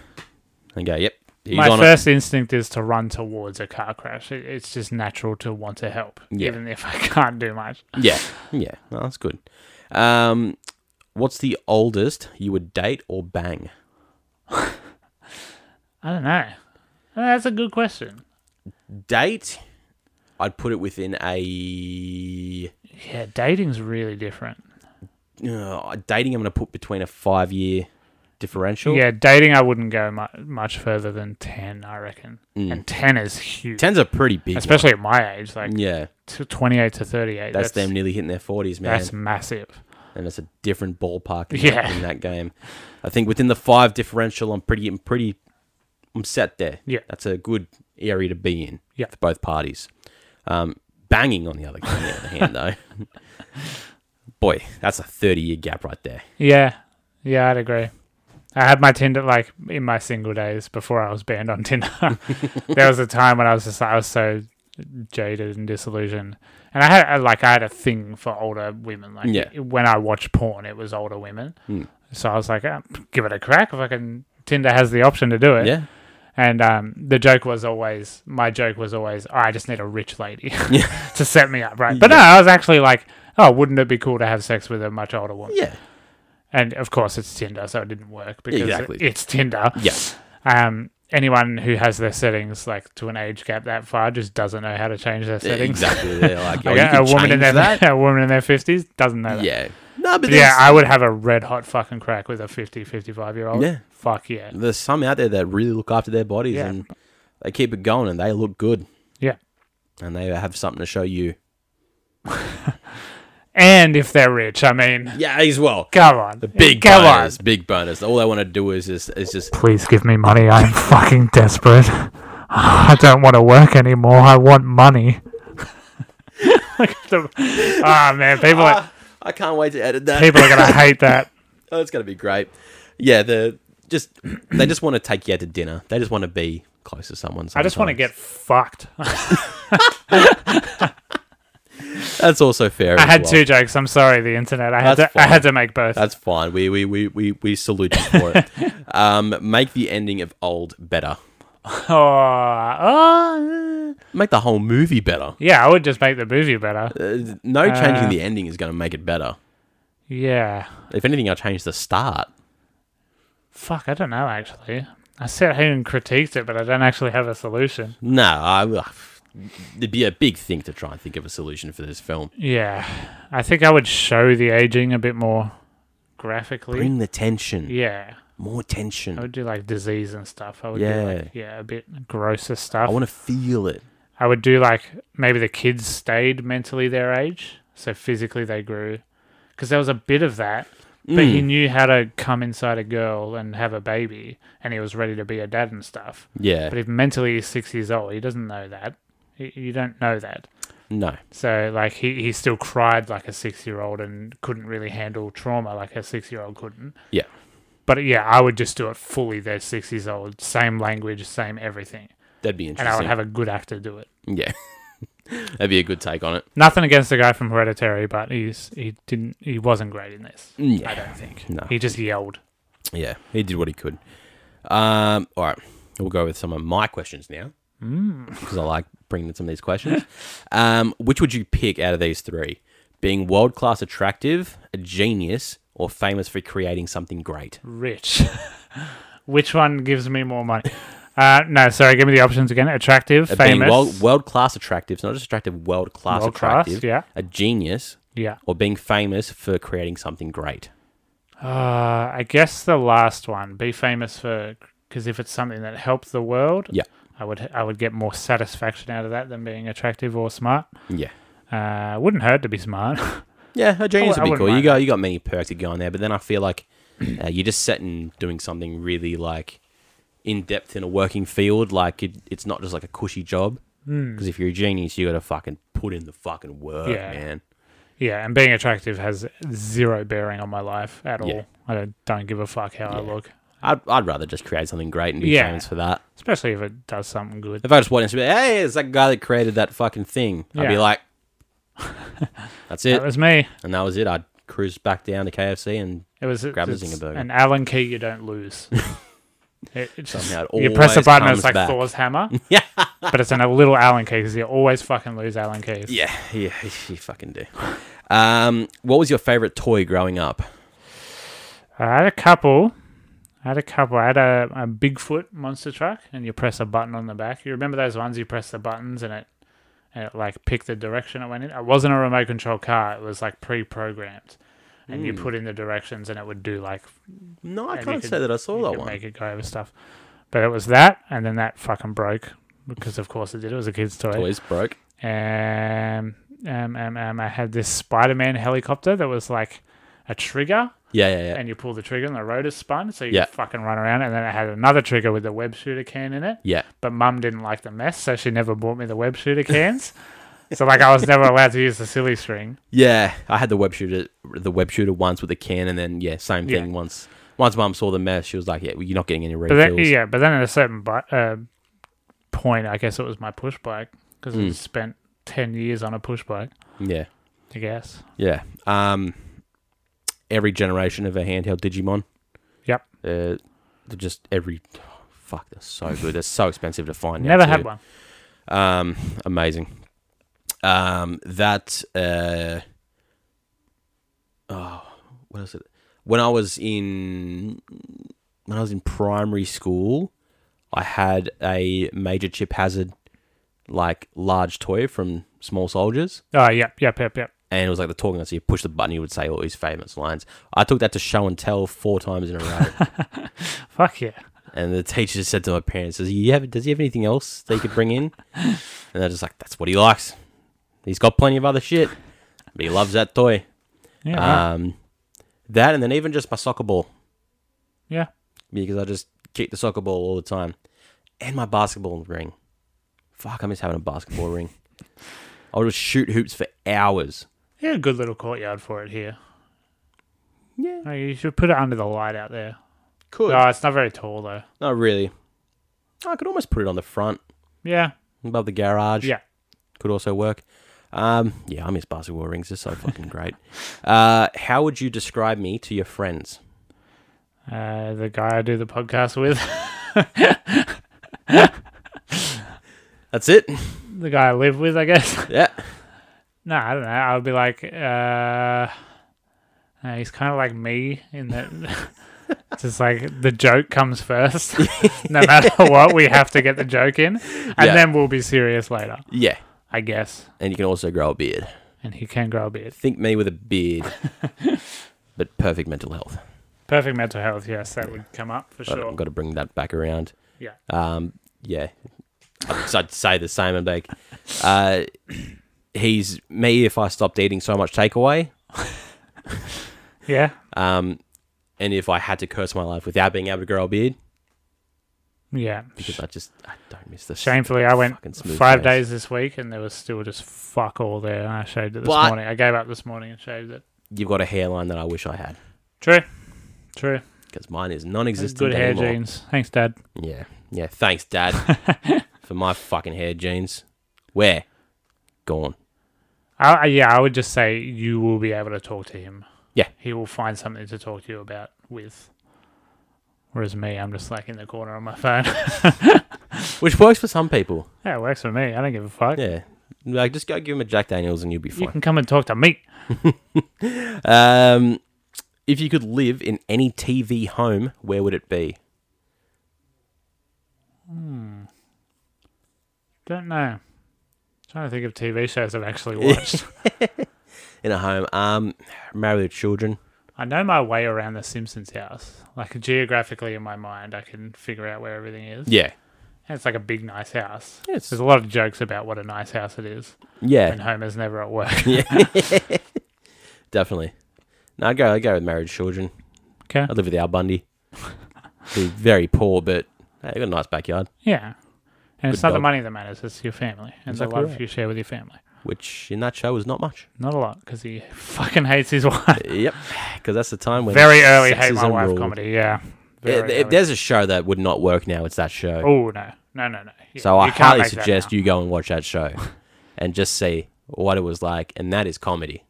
and go, "Yep, he's my on first instinct is to run towards a car crash. It, it's just natural to want to help, Yeah. even if I <laughs> can't do much. it." Yeah, yeah, no, that's good. Um, what's the oldest you would date or bang? I don't know. That's a good question. Date, I'd put it within a Yeah, dating's really different. uh, dating. I'm going to put between a five year differential. Yeah, dating I wouldn't go mu- much further than 10, I reckon. Mm. And 10 is huge. Ten's a pretty big. one. especially at my age, like Yeah, t- 28 to 38. Hmm. that's, them nearly hitting their forties, man. That's massive. and it's a different ballpark in, Yeah. in that game. I think within the five differential, I'm pretty, I'm pretty, I'm set there. Yeah. that's a good area to be in. Yeah. for both parties. Um, banging on the other, on the other hand, though, <laughs> boy, that's a 30 year gap right there. Yeah, yeah, I'd agree. I had my Tinder like in my single days before I was banned on Tinder. <laughs> there was a time when I was just I was so jaded and disillusioned, and I had I- like I had a thing for older women. Like Yeah. when I watched porn, it was older women. Hmm. So I was like, "Ah, give it a crack if I can. Tinder has the option to do it. Yeah, And um, the joke was always my joke was always "Oh, I just need a rich lady <laughs> to set me up, right? But no, I was actually like, oh, wouldn't it be cool to have sex with a much older woman? yeah, And of course, it's Tinder, so it didn't work because Exactly. it's Tinder. yeah, Um, anyone who has their settings like to an age gap that far just doesn't know how to change their settings. exactly. They're <laughs> like, oh, Like, you can a, woman in change their that. <laughs> a woman in their fifties doesn't know <laughs> that. Yeah, no, but But yeah, there's, I would have a red hot fucking crack with a 50, 55 year old. Yeah. Fuck yeah. there's some out there that really look after their bodies Yeah. and they keep it going and they look good. Yeah. and they have something to show you. And if they're rich, I mean, Yeah, as well. come on. The Big come on. bonus, big bonus. All I want to do is just, is just Please give me money. I'm fucking desperate. <laughs> I don't want to work anymore. I want <laughs> money. Look at them. Ah man, people are, Ah, I can't wait to edit that. people are gonna <laughs> hate that. Oh, it's gonna be great. Yeah, the just they just want to take you out to dinner. They just want to be close to someone. I just want to sometimes. get fucked. That's also fair. I had two jokes. I'm sorry, the internet. I had That's to. I fine. had to make both. That's fine. We we we we, we salute you for <laughs> it. Um, make the ending of old better. oh, oh, eh. Make the whole movie better. yeah. I would just make the movie better. Uh, no changing Uh. the ending is going to make it better. Yeah. If anything, I'll change the start. Fuck. I don't know. Actually, I sat here and critiqued it, but I don't actually have a solution. No, I, it'd be a big thing to try and think of a solution for this film. Yeah. I think I would show the aging a bit more graphically. Bring the tension, Yeah, more tension. I would do like disease and stuff. I would Yeah. do like yeah, a bit grosser stuff. I want to feel it. I would do like maybe the kids stayed mentally their age, so physically they grew. Because there was a bit of that, but Mm. he knew how to come inside a girl and have a baby, and he was ready to be a dad and stuff. Yeah. But if mentally he's six years old, he doesn't know that. Y- You don't know that. No. So like he, he still cried like a six year old and couldn't really handle trauma like a six year old couldn't. Yeah. But yeah, I would just do it fully. They're six years old, same language, same everything, That'd be and interesting. I would have a good actor do it. yeah. <laughs> That'd be a good take on it. Nothing against the guy from Hereditary, but he's he didn't he wasn't great in this. Mm, Yeah. I don't think No. he just yelled. Yeah. He did what he could. Um, all right. We'll go with some of my questions now Mm. because I like bringing in some of these questions. <laughs> um, which would you pick out of these three? Being world class attractive, a genius, or famous for creating something great? Rich, <laughs> which one gives me <laughs> more money? Uh, no, sorry, give me the options again. Attractive, famous, Uh, Being world, world class attractive, so not just attractive, world class World-class, attractive. yeah. A genius, yeah. or being famous for creating something great. Uh, I guess the last one. Be famous for because if it's something that helped the world, Yeah. I would I would get more satisfaction out of that than being attractive or smart. Yeah. Uh, wouldn't hurt to be smart. <laughs> Yeah, a genius I would be wouldn't cool. You mind got you got many perks to go on there, but then I feel like <clears throat> uh, you're just setting doing something really like in depth in a working field. Like it, it's not just like a cushy job. Hmm. Because if you're a genius, you got to fucking put in the fucking work, Mm. Yeah. man. yeah, and being attractive has zero bearing on my life at Yeah. all. I don't, don't give a fuck how I Yeah. look, I'd, I'd rather just create something great and be Yeah. famous for that. especially if it does something good. If I just wanted to be, hey, it's that guy that created that fucking thing, I'd be Yeah. <laughs> like, that's it, That was me. and that was it. I'd cruise back down to KFC and It was Grab a it's Zinger burger. an Allen key you <laughs> don't lose. It, it just, Somehow it you press a always button, comes it's like back. Thor's hammer. <laughs> Yeah. but it's in a little Allen key because you always fucking lose Allen keys. Yeah, <laughs> yeah, you fucking do. Um, what was your favorite toy growing up? I had a couple. I had a couple. I had a, a Bigfoot monster truck, and you press a button on the back. You remember those ones? You press the buttons, and it and it like picked the direction it went in. It wasn't a remote control car. It was like pre-programmed, and Hmm. you put in the directions, and it would do like No, I And you can't could- say that I saw you that could one. make it go over stuff. But it was that, and then that fucking broke because of course it did. It was a kid's toy. Toys broke. Um, um, um, um, I had this Spider-Man helicopter that was like a trigger Yeah, yeah, yeah. and you pull the trigger and the rotor spun, so you Yeah. could fucking run around. And then it had another trigger with the web shooter can in it. yeah. But mum didn't like the mess, so she never bought me the web shooter cans. <laughs> so like I was never allowed to use the silly string. Yeah. I had the web shooter the web shooter once with a can and then yeah, same thing Yeah. once once mum saw the mess, she was like, Yeah, well, you're not getting any But then, refills. yeah, but then at a certain bu- uh, point, I guess it was my push bike because Hmm. I spent ten years on a push bike. yeah. I guess. Yeah. Um every generation of a handheld Digimon. Yep. Uh they're just every oh, fuck, they're so good. They're so expensive to find now, Never too. had one. Um, amazing. Um, that uh, oh, what else? Did, when I was in when I was in primary school, I had a major chip hazard like large toy from Small Soldiers, Oh, yep, yep, yep, yep. and it was like the talking. So you push the button, he would say all his famous lines. I took that to show and tell four times in a row. Fuck yeah. And the teacher just said to my parents, "Does he have? Does he have anything else they could bring <laughs> in?" And they're just like, "That's what he likes. He's got plenty of other shit, but he loves that toy." Yeah. right. Um, that and then even just my soccer ball yeah. because I just kick the soccer ball all the time, and my basketball ring. Fuck, I miss having a basketball ring. I would just shoot hoops for hours. Yeah, a good little courtyard for it here. Yeah, Like, You should put it under the light out there. could Oh, it's not very tall though. not really. I could almost put it on the front Yeah, above the garage. yeah. could also work. Um, yeah, I miss basketball rings. They're so <laughs> fucking great. Uh, how would you describe me to your friends? Uh, the guy I do the podcast with, <laughs> That's it. the guy I live with, I guess. <laughs> Yeah. no, I don't know. I'll be like, uh, uh, he's kind of like me in that. <laughs> it's just like the joke comes first. <laughs> no matter what, we have to get the joke in, and Yeah. then we'll be serious later, Yeah. I guess. And you can also grow a beard. And he can grow a beard. Think me with a <laughs> beard, but perfect mental health. Perfect mental health. Yes, that would come up for I've sure. got to bring that back around. Yeah. Um, yeah. I'd, I'd say the same. I'm like, uh, he's me if I stopped eating so much takeaway. Yeah. Um, and if I had to curse my life without being able to grow a beard, Yeah. because I just I don't miss the Shamefully, I went Fucking smooth five face. days this week, and there was still just fuck all there. And I shaved it this But- morning. I gave up this morning and shaved it. You've got a hairline that I wish I had. True, true. because mine is non-existent Good hair anymore. jeans. Thanks, Dad. Yeah, yeah. Thanks, Dad, <laughs> for my fucking hair jeans. Where? Gone. I, I- yeah, I would just say you will be able to talk to him. Yeah. he will find something to talk to you about with. Whereas me, I'm just like in the corner on my <laughs> phone. Which works for some people. yeah, it works for me. I don't give a fuck. Yeah, like just go give him a Jack Daniels and you'll be you <laughs> fine. can come and talk to me. Um, if you could live in any TV home, where would it be? Don't know. trying to think of TV shows I've <laughs> actually watched. In a home, um, married with children. I know my way around the Simpsons house. Like geographically in my mind, I can figure out where everything is. Yeah, And it's like a big, nice house. Yes. There's a lot of jokes about what a nice house it is. And Yeah, Homer's never at work. <laughs> definitely. No, I go. I go with married children. Okay. I live with Al Bundy. He's very poor, but hey, he got a nice backyard, Yeah. And it's Good not the dog. money that matters, it's your family. And Exactly the love right. you share with your family. which in that show was not much. Not a lot, because he <laughs> fucking hates his wife. yep, because that's the time when Very early hate my sexism wife ruled. comedy, yeah. If- if there's a show that would not work now, it's that show. Oh, no. No, no, no. Yeah, So I you can't highly make that suggest now. you go and watch that show and just see what it was like. And that is comedy.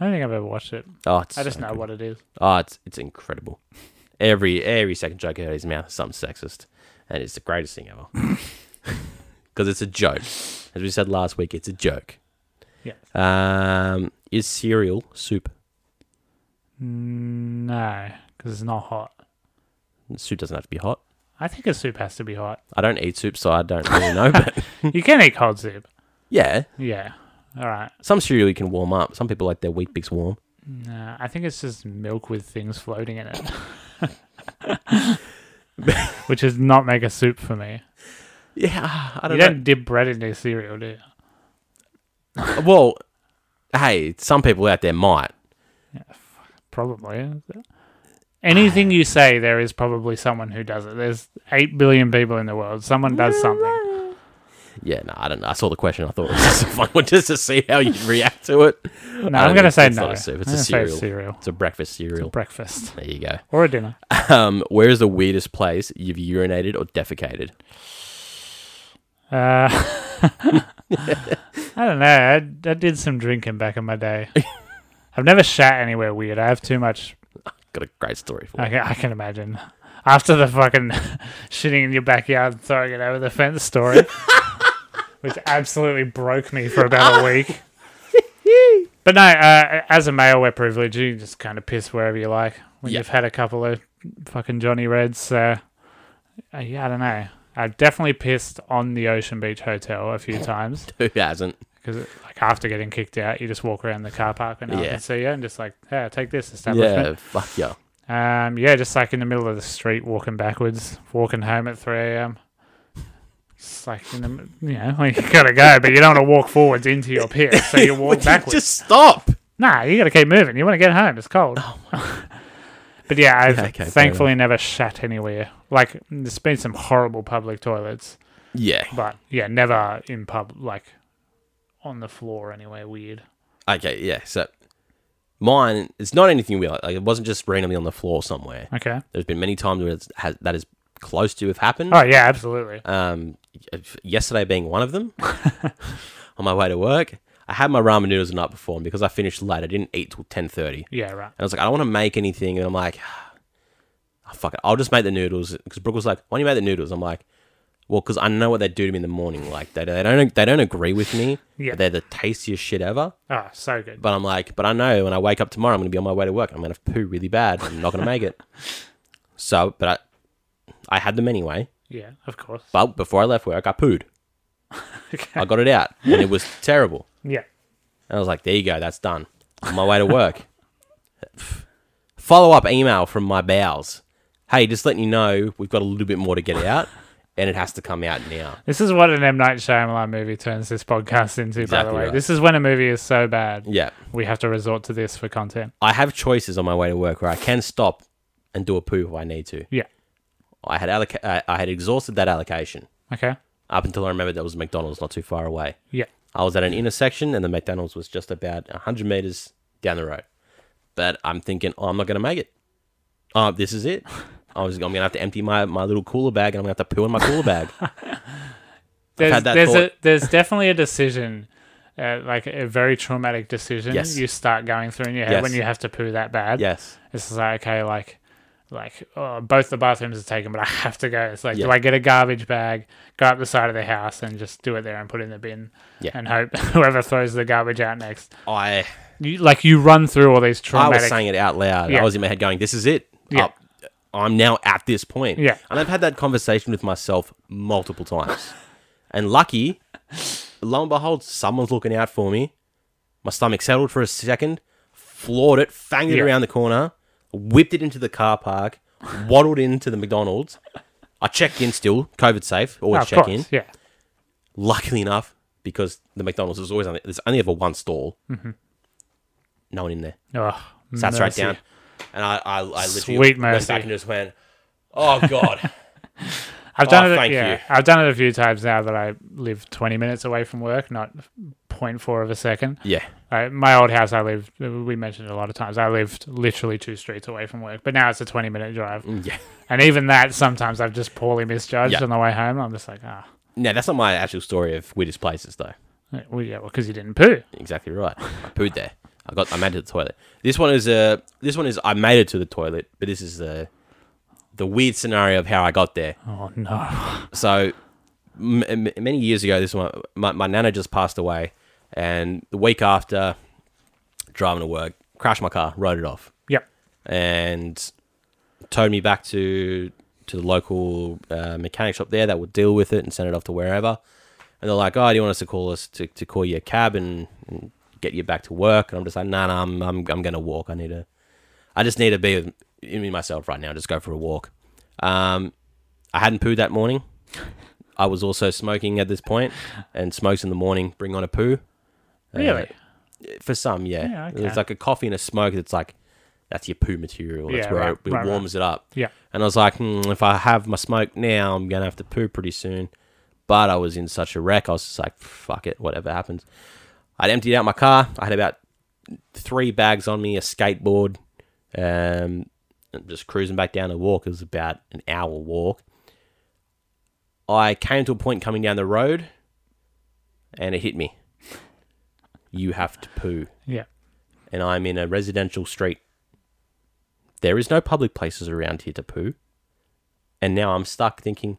I don't think I've ever watched it. Oh, it's, I just so know good. what it is. Oh, it's, it's incredible. Every every second joke out of his mouth is something sexist. And it's the greatest thing ever. <laughs> Because it's a joke. As we said last week, it's a joke. Yeah. Um, is cereal soup? Mm, No, because it's not hot. Soup doesn't have to be hot. I think a soup has to <laughs> be hot. I don't eat soup, so I don't really know. <laughs> But you can eat cold soup. yeah, Yeah. All right. some cereal you can warm up. Some people like their wheat bix warm. No, I think it's just milk with things floating in it. <laughs> <laughs> Which does not make a soup for me. Yeah, I you don't know. don't dip bread into cereal, do you? Well, hey, some people out there might. Probably. Anything you say, there is probably someone who does it. There's 8 billion people in the world. Someone does something. Yeah, no, I don't know. I saw the question. I thought it was <laughs> a fun one just to see how you'd react to it. No, I'm going to say Uh, it's no. Not a soup. It's I'm a gonna say cereal. cereal. It's a breakfast cereal. Breakfast there you go. or a dinner. <laughs> Um, where is the weirdest place you've urinated or defecated? Uh, <laughs> I don't know. I, I did some drinking back in <laughs> my day. I've never shat anywhere weird. I have too much. Got a great story for I you. can, I can imagine. After the fucking <laughs> shitting in your backyard and throwing it over the <laughs> fence story, which absolutely broke me for about <laughs> a week. But no, uh, as a male, we're privileged. You can just kind of piss wherever you like when Yeah. you've had a couple of fucking Johnny Reds. So, uh, yeah, I don't know. I've definitely pissed on the Ocean Beach Hotel a few times Who hasn't? because, like, after getting kicked out, you just walk around the car park and I Yeah. can see you and just like, yeah, take this establishment. Yeah, fuck yeah. Um, yeah, just like in the middle of the street, walking backwards, walking home at 3 a.m. It's like, in the, m- you know, <laughs> well, you gotta go, but you don't want to walk forwards into your piss, <laughs> so you Would walk you backwards. Just stop. Nah, you gotta keep moving. You want to get home. It's cold. <laughs> but yeah, I've Oh Yeah, okay, fair thankfully never shat anywhere. Like, there's been some horrible public toilets, Yeah. but yeah, never in pub, like on the floor anywhere weird. Okay, yeah. So mine, it's not anything weird. Like, it wasn't just randomly on the floor somewhere. Okay. There's been many times where it's, has, that is close to have happened. Oh yeah, absolutely. um, yesterday being one of them, <laughs> on my way to work. I had my ramen noodles the night before, and because I finished late, I didn't eat till ten thirty. And Yeah, right. I was like, I don't want to make anything, and I'm like, "Ah, fuck it, I'll just make the noodles. Because Brooke was like, Why don't you make the noodles? I'm like, Well, because I know what they do to me in the morning. Like they, they don't they don't agree with me. Yeah. but they're the tastiest shit ever. Oh, so good. But I'm like, but I know when I wake up tomorrow, I'm going to be on my way to work. I'm going to poo really bad. I'm not going to make <laughs> it. So, but I, I had them anyway. Yeah, of course. But before I left work, I pooed. <laughs> Okay. I got it out, and it was terrible. Yeah. And I was like, there you go, that's done. On my way to work. <laughs> Follow up email from my bowels. Hey, just letting you know, we've got a little bit more to get out, and it has to come out now. This is what an M Night Shyamalan movie turns this podcast into. by Exactly the way, right. this is when a movie is so bad Yeah. we have to resort to this for content. I have choices on my way to work where I can stop and do a poo if I need to. Yeah. I had alloc- I I had exhausted that allocation Okay. up until I remembered there was a McDonald's not too far away. Yeah. I was at an intersection, and the McDonald's was just about 100 meters down the road. But I'm thinking, oh, I'm not going to make it. Oh, this is it. I was, I'm going to have to empty my, my little cooler bag, and I'm going to have to poo in my cooler bag. There's had that there's a thought. there's definitely a decision, uh, like a very traumatic decision. Yes. You start going through in your head Yes. when you have to poo that bad. yes. It's just like okay, like like oh, both the bathrooms are taken, but I have to go. It's like, Yeah. do I get a garbage bag, go up the side of the house, and just do it there and put it in the bin, Yeah. and hope <laughs> whoever throws the garbage out next. I You, like you run through all these I traumatic. was saying it out loud. Yeah. I was in my head going, this is it. Yeah. I- I'm now at this point. Yeah. And I've had that conversation with myself multiple times. and lucky, lo and behold, someone's looking out for me. My stomach settled for a second, floored it, fanged it Yeah. around the corner, whipped it into the car park, waddled into the McDonald's. I checked in still, COVID safe, always Oh, of check course, in. Yeah. Luckily enough, because the McDonald's is always only, there's only ever one stall, Mm-hmm. no one in there. Oh, Sat straight mercy. down, and I I, I literally Sweet went mercy. back and just went, oh god, I've done Oh, it. thank yeah, you. I've done it a few times now that I live 20 minutes away from work, not 0.4 of a second. <laughs> yeah, I, my old house, I lived. We mentioned it a lot of times. I lived literally two streets away from work, but now it's a 20 minute drive. Mm, yeah. And even that, sometimes I've just poorly misjudged Yeah. on the way home. I'm just like, ah, No, that's not my actual story of weirdest places though. well, yeah, well, because you didn't poo. Exactly right. I pooed there. I got. I made it to the toilet. This one is uh, This one is. I made it to the toilet, but this is the the weird scenario of how I got there. Oh no. So m- m- many years ago, this one, my, my nana just passed away, and the week after, driving to work, crashed my car, rode it off, Yep. and towed me back to to the local uh, mechanic shop there that would deal with it and send it off to wherever. And they're like, "Oh, do you want us to call us to, to call you a cab and, and get you back to work?" And I'm just like, "No, nah, no, I'm, I'm I'm gonna walk. I need to, I just need to be with- in me myself right now. Just go for a walk." Um, I hadn't pooed that morning. I was also smoking at this point, and smokes in the morning bring on a poo. Uh, Really? for some, yeah. Yeah, okay. It's like a coffee and a smoke. It's like that's your poo material. That's Yeah, where right, it, it right, right. warms it up. Yeah. And I was like, hmm, if I have my smoke now, I'm gonna have to poo pretty soon. But I was in such a wreck. I was just like, fuck it, whatever happens. I'd emptied out my car. I had about three bags on me, a skateboard, um, and just cruising back down the walk. It was about an hour walk. I came to a point coming down the road, and it hit me. You have to poo Yeah. and I'm in a residential street. There is no public places around here to poo. And now I'm stuck thinking,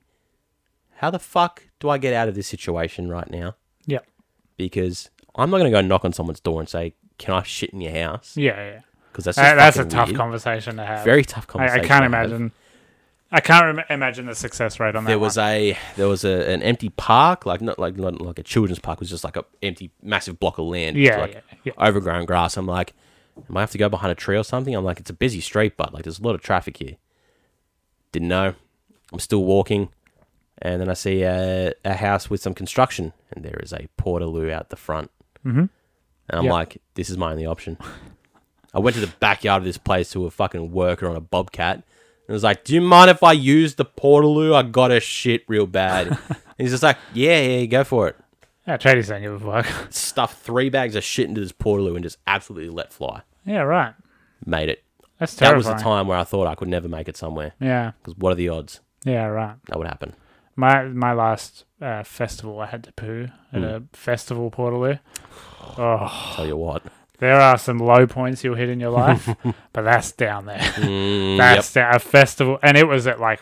how the fuck do I get out of this situation right now? Yep. Because I'm not going to go knock on someone's door and say, can I shit in your house? Yeah. Yeah. Because that's, Uh, just that's a fucking tough weird. conversation to have. Very tough I, conversation. I can't to have. imagine. I can't rem- imagine the success rate on that. There was one. a there was a, an empty park, like not like not like a children's park, it was just like a empty massive block of land. yeah, like yeah, yeah. overgrown grass. I'm like, am I have to go behind a tree or something? I'm like, it's a busy street, but like there's a lot of traffic here. Didn't know. I'm still walking, and then I see a, a house with some construction, and there is a portaloo out the front. Mhm. And I'm Yeah. like, this is my only option. I went to the backyard of this place to a fucking worker on a bobcat. And was like, do you mind if I use the portaloo? I got a shit real <laughs> bad. and he's just like, yeah, yeah, go for it Yeah, tradies don't give a fuck. stuffed three bags of shit into this portaloo and just absolutely let fly. yeah, right. Made it. That's That terrifying. was the time where I thought I could never make it somewhere. Yeah, Because what are the odds yeah, right. that would happen? My my last uh, festival, I had to poo Hmm. at a festival portaloo. Oh, tell you what. there are some low points you'll hit in <laughs> your life, but <sighs> that's down there. Mm, yep. that's down, a festival, and it was at like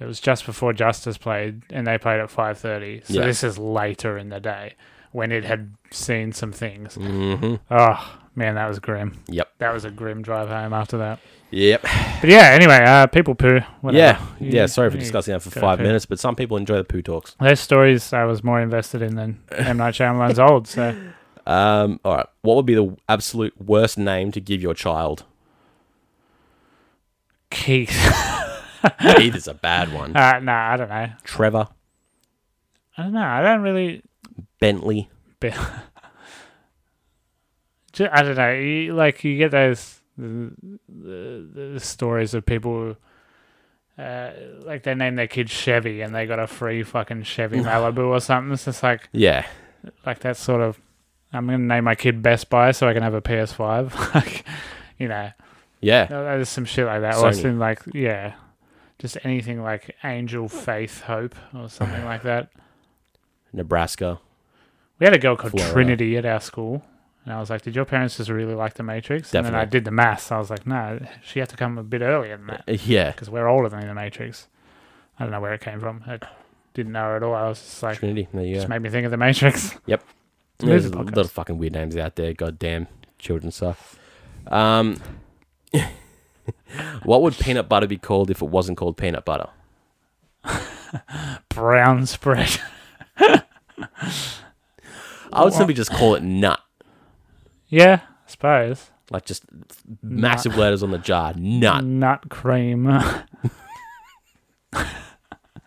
it was just before Justice played, and they played at five thirty. So Yeah. this is later in the day when it had seen some things. hmm Oh man, that was grim. Yep. That was a grim drive home after that. Yep. But yeah, anyway, uh, people poo. Whatever. Yeah. You- Yeah. Sorry for you- discussing that for go five poo. minutes, but some people enjoy the poo talks. Those stories I was more invested in than M Night Shyamalan's old. So Um, all right. What would be the absolute worst name to give your <laughs> child? Keith. <laughs> Keith is a bad one. Uh, nah, I don't know. Trevor, I don't know. I don't really. Bentley. ju- I don't know. You, like you get those the, the, the stories of people. who, Uh, like they named their kid Chevy and they got a free fucking Chevy Malibu or something. It's just like Yeah. like that sort of I'm gonna name my kid Best Buy so I can have a PS5. <laughs> like, you know, Yeah. no, there's some shit like that. Or Sony. something like yeah, just anything like Angel Faith Hope <sighs> or something like that. Nebraska. We had a girl called Flora. Trinity at our school, and I was like, "Did your parents just really like The Matrix?" And then I Definitely. did the maths. I was like, "No, she had to come a bit earlier than that Yeah. because we're older than The Matrix." I don't know where it came from. I didn't know at all. I was just like, Trinity. There you go. just made me think of The Matrix. <laughs> It There's is a a lot podcast. of fucking weird names out there. Goddamn children stuff. Um, <laughs> what would peanut butter be called if it wasn't called peanut butter? Brown spread. <laughs> I would simply just call it nut. yeah, I suppose. Like just <laughs> massive letters on the jar. Nut. Nut cream.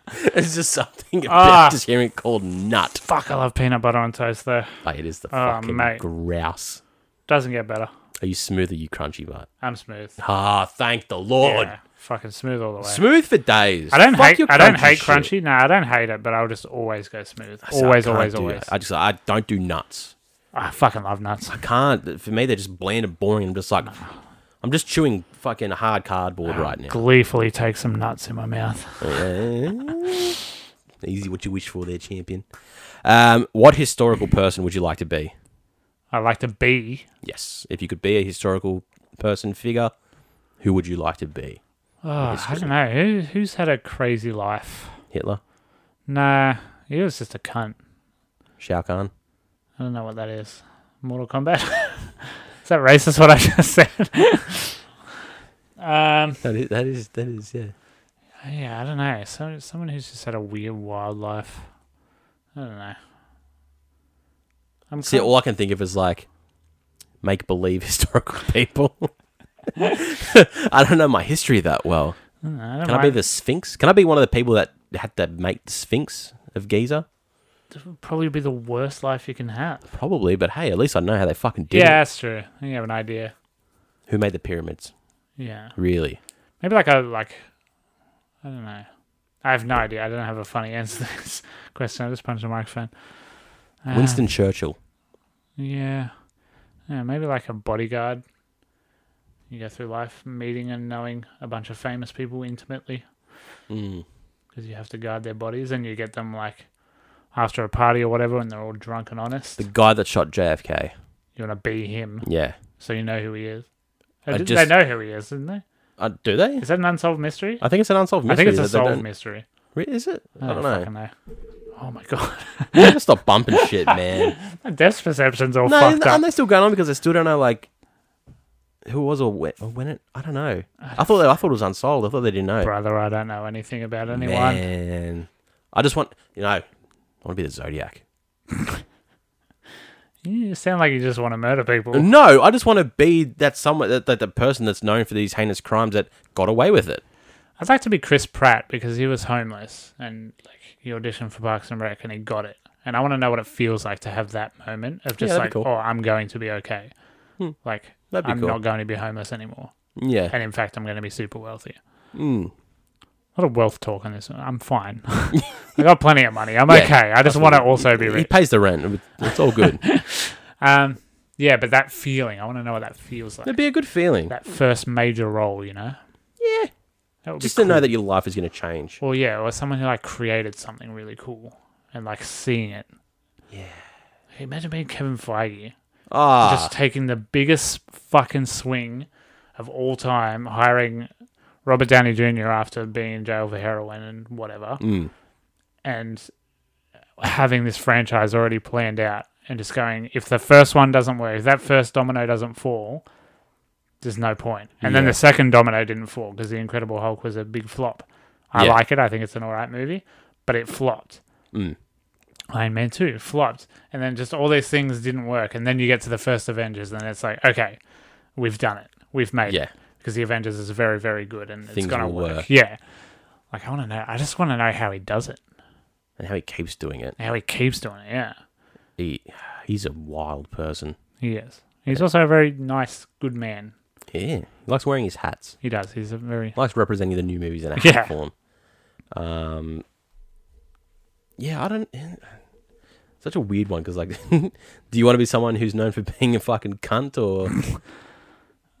It's <laughs> just something about Ah. just hearing it called nut. Fuck, I love peanut butter on toast though. Like, it is the Oh, fucking mate. grouse. Doesn't get better. Are you smooth or you crunchy, mate? I'm smooth. Ah, thank the Lord. Yeah, fucking smooth all the way. Smooth for days. I don't Fuck hate. your I don't hate shit. crunchy. No, I don't hate it, but I'll just always go smooth. So I always, can't always, do always. that. I just I don't do nuts. I fucking love nuts. I can't. For me, they're just bland and boring. I'm just like, I'm just chewing fucking hard cardboard right <laughs> now. Gleefully take some nuts in my mouth. Eh? Easy, what you wish for, there, champion. Um, what historical person would you like to be? I like to be. Yes, if you could be a historical person figure, who would you like to be? Oh, I don't know who who's had a crazy life. Hitler, Nah, he was just a cunt. Shao Kahn. I don't know what that is. Mortal Kombat. <laughs> is that racist? What I just said. <laughs> um. That is, that is, that is, yeah. Yeah, I don't know. So someone who's just had a weird wildlife. I don't know. I'm See, kind- all I can think of is like make believe <laughs> historical people. <laughs> I don't know my history that well. I don't know, I don't Can I be mind- the Sphinx? Can I be one of the people that had to make the Sphinx of Giza? This would probably be the worst life you can have. Probably, but hey, at least I know how they fucking did yeah, it. that's true. You have an idea. Who made the pyramids? Yeah, Really? maybe like a like. I don't know. I have no idea. I don't have a funny <laughs> answer to this question. I just punched the microphone. Uh, Winston Churchill. Yeah. Yeah, maybe like a bodyguard. You go through life meeting and knowing a bunch of famous people intimately Mm. because you have to guard their bodies and you get them like after a party or whatever and they're all drunk and honest. The guy that shot JFK. You want to be him Yeah. so you know who he is. I They did- just- they know who he is, didn't they? Uh, do they? Is that an unsolved mystery? I think it's an unsolved I mystery. think it's a that they solved don't- mystery. Oh, Re- Is it? I don't, know. fucking Oh my god, <laughs> You gotta stop bumping shit, man. my death perception's all no, and, fucked up. and they're still going on because I still don't know, like, who it was or when, or when it. I don't know. I thought that, I thought it was unsolved. I thought they didn't know. Brother, I don't know anything about anyone. Man. I just want, you know, I want to be the Zodiac. You sound like you just want to murder people. No, I just want to be that someone that, that the person that's known for these heinous crimes that got away with it. I'd like to be Chris Pratt because he was homeless and like he auditioned for Parks and Rec and he got it. And I want to know what it feels like to have that moment of just that'd be like, cool. Hmm. oh, I'm going to be okay. Like That'd be I'm cool. not going to be homeless anymore. Yeah. And in fact, I'm going to be super wealthy. Mm. A lot of wealth talk on this. one. I'm fine. <laughs> I got plenty of money. I'm Yeah, okay. I just want to also be He rich. pays the rent. It's all <laughs> good. Um, yeah, but that feeling, I want to know what that feels like. It'd be a good feeling. That first major role, you know? Yeah. That would Just be to know that your life is going to change. cool. Well, yeah, or someone who like created something really cool and like seeing it. Yeah. Hey, imagine being Kevin Feige, Ah. just taking the biggest fucking swing of all time, hiring Robert Downey Jr. after being in jail for heroin and whatever, Mm. and having this franchise already planned out and just going, if the first one doesn't work, if that first domino doesn't fall, there's no point. And then Yeah. the second domino didn't fall because The Incredible Hulk was a big flop. I Yeah. like it. I think it's an all right movie, but it flopped. Mm. Iron Man 2 flopped. And then just all these things didn't work. And then you get to the first Avengers, and it's like, okay, we've done it. We've made Yeah. it. Because the Avengers is very, very good and Things it's going to will work. work. Yeah. Like, I want to know. I just want to know how he does it, And how he keeps doing it. how he keeps doing it. Yeah. He, he's a wild person. He is. He's also a very nice, good man. Yeah. He likes wearing his hats. He does. He's a very. likes representing the new movies in a Yeah. hat form. Um, yeah, I don't. eh, Such a weird one because, like, <laughs> do you want to be someone who's known for <laughs> being a fucking cunt or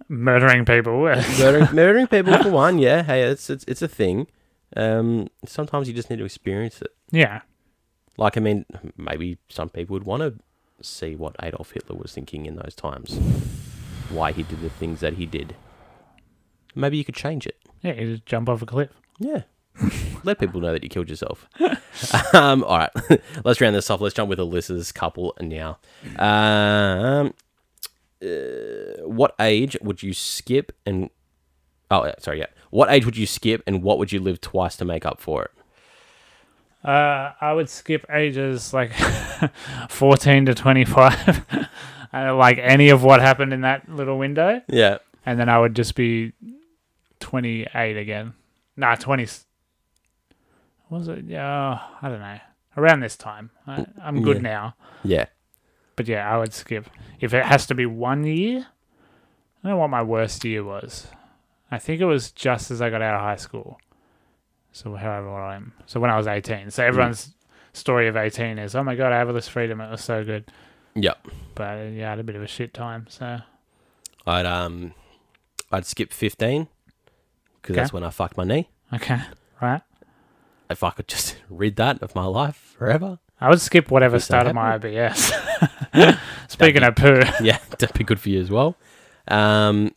Murdering people. <laughs> murdering, murdering people for one? Yeah, hey, it's it's it's a thing. Um, sometimes you just need to experience it. yeah. Like, I mean, maybe some people would want to see what Adolf Hitler was thinking in those times, why he did the things that he did. Maybe you could change it. Yeah. You just jump off a cliff. Yeah. Let people know that you killed yourself. <laughs> um, all right. <laughs> Let's round this off. Let's jump with Alyssa's couple now. Um, uh, what age would you skip and. Oh, yeah, sorry. Yeah. What age would you skip and what would you live twice to make up for it? Uh, I would skip ages like <laughs> 14 to 25. <laughs> I don't like any of what happened in that little window. Yeah. And then I would just be 28 again. Nah, 20. was it? Yeah, I don't know. Around this time, I, I'm good yeah. now. Yeah. But yeah, I would skip if it has to be one year. I don't know what my worst year was. I think it was just as I got out of high school. So however old I am. So when I was 18. So everyone's story of 18 is, oh my god, I have all this freedom. It was so good. Yep. But uh, yeah, I had a bit of a shit time. So I'd um, I'd skip fifteen because that's Okay. when I fucked my knee. okay, right. If I could just <laughs> rid that of my life forever, I would skip whatever Is that started my IBS. <laughs> <laughs> Speaking of poo, yeah, that'd be good for you as well. Um,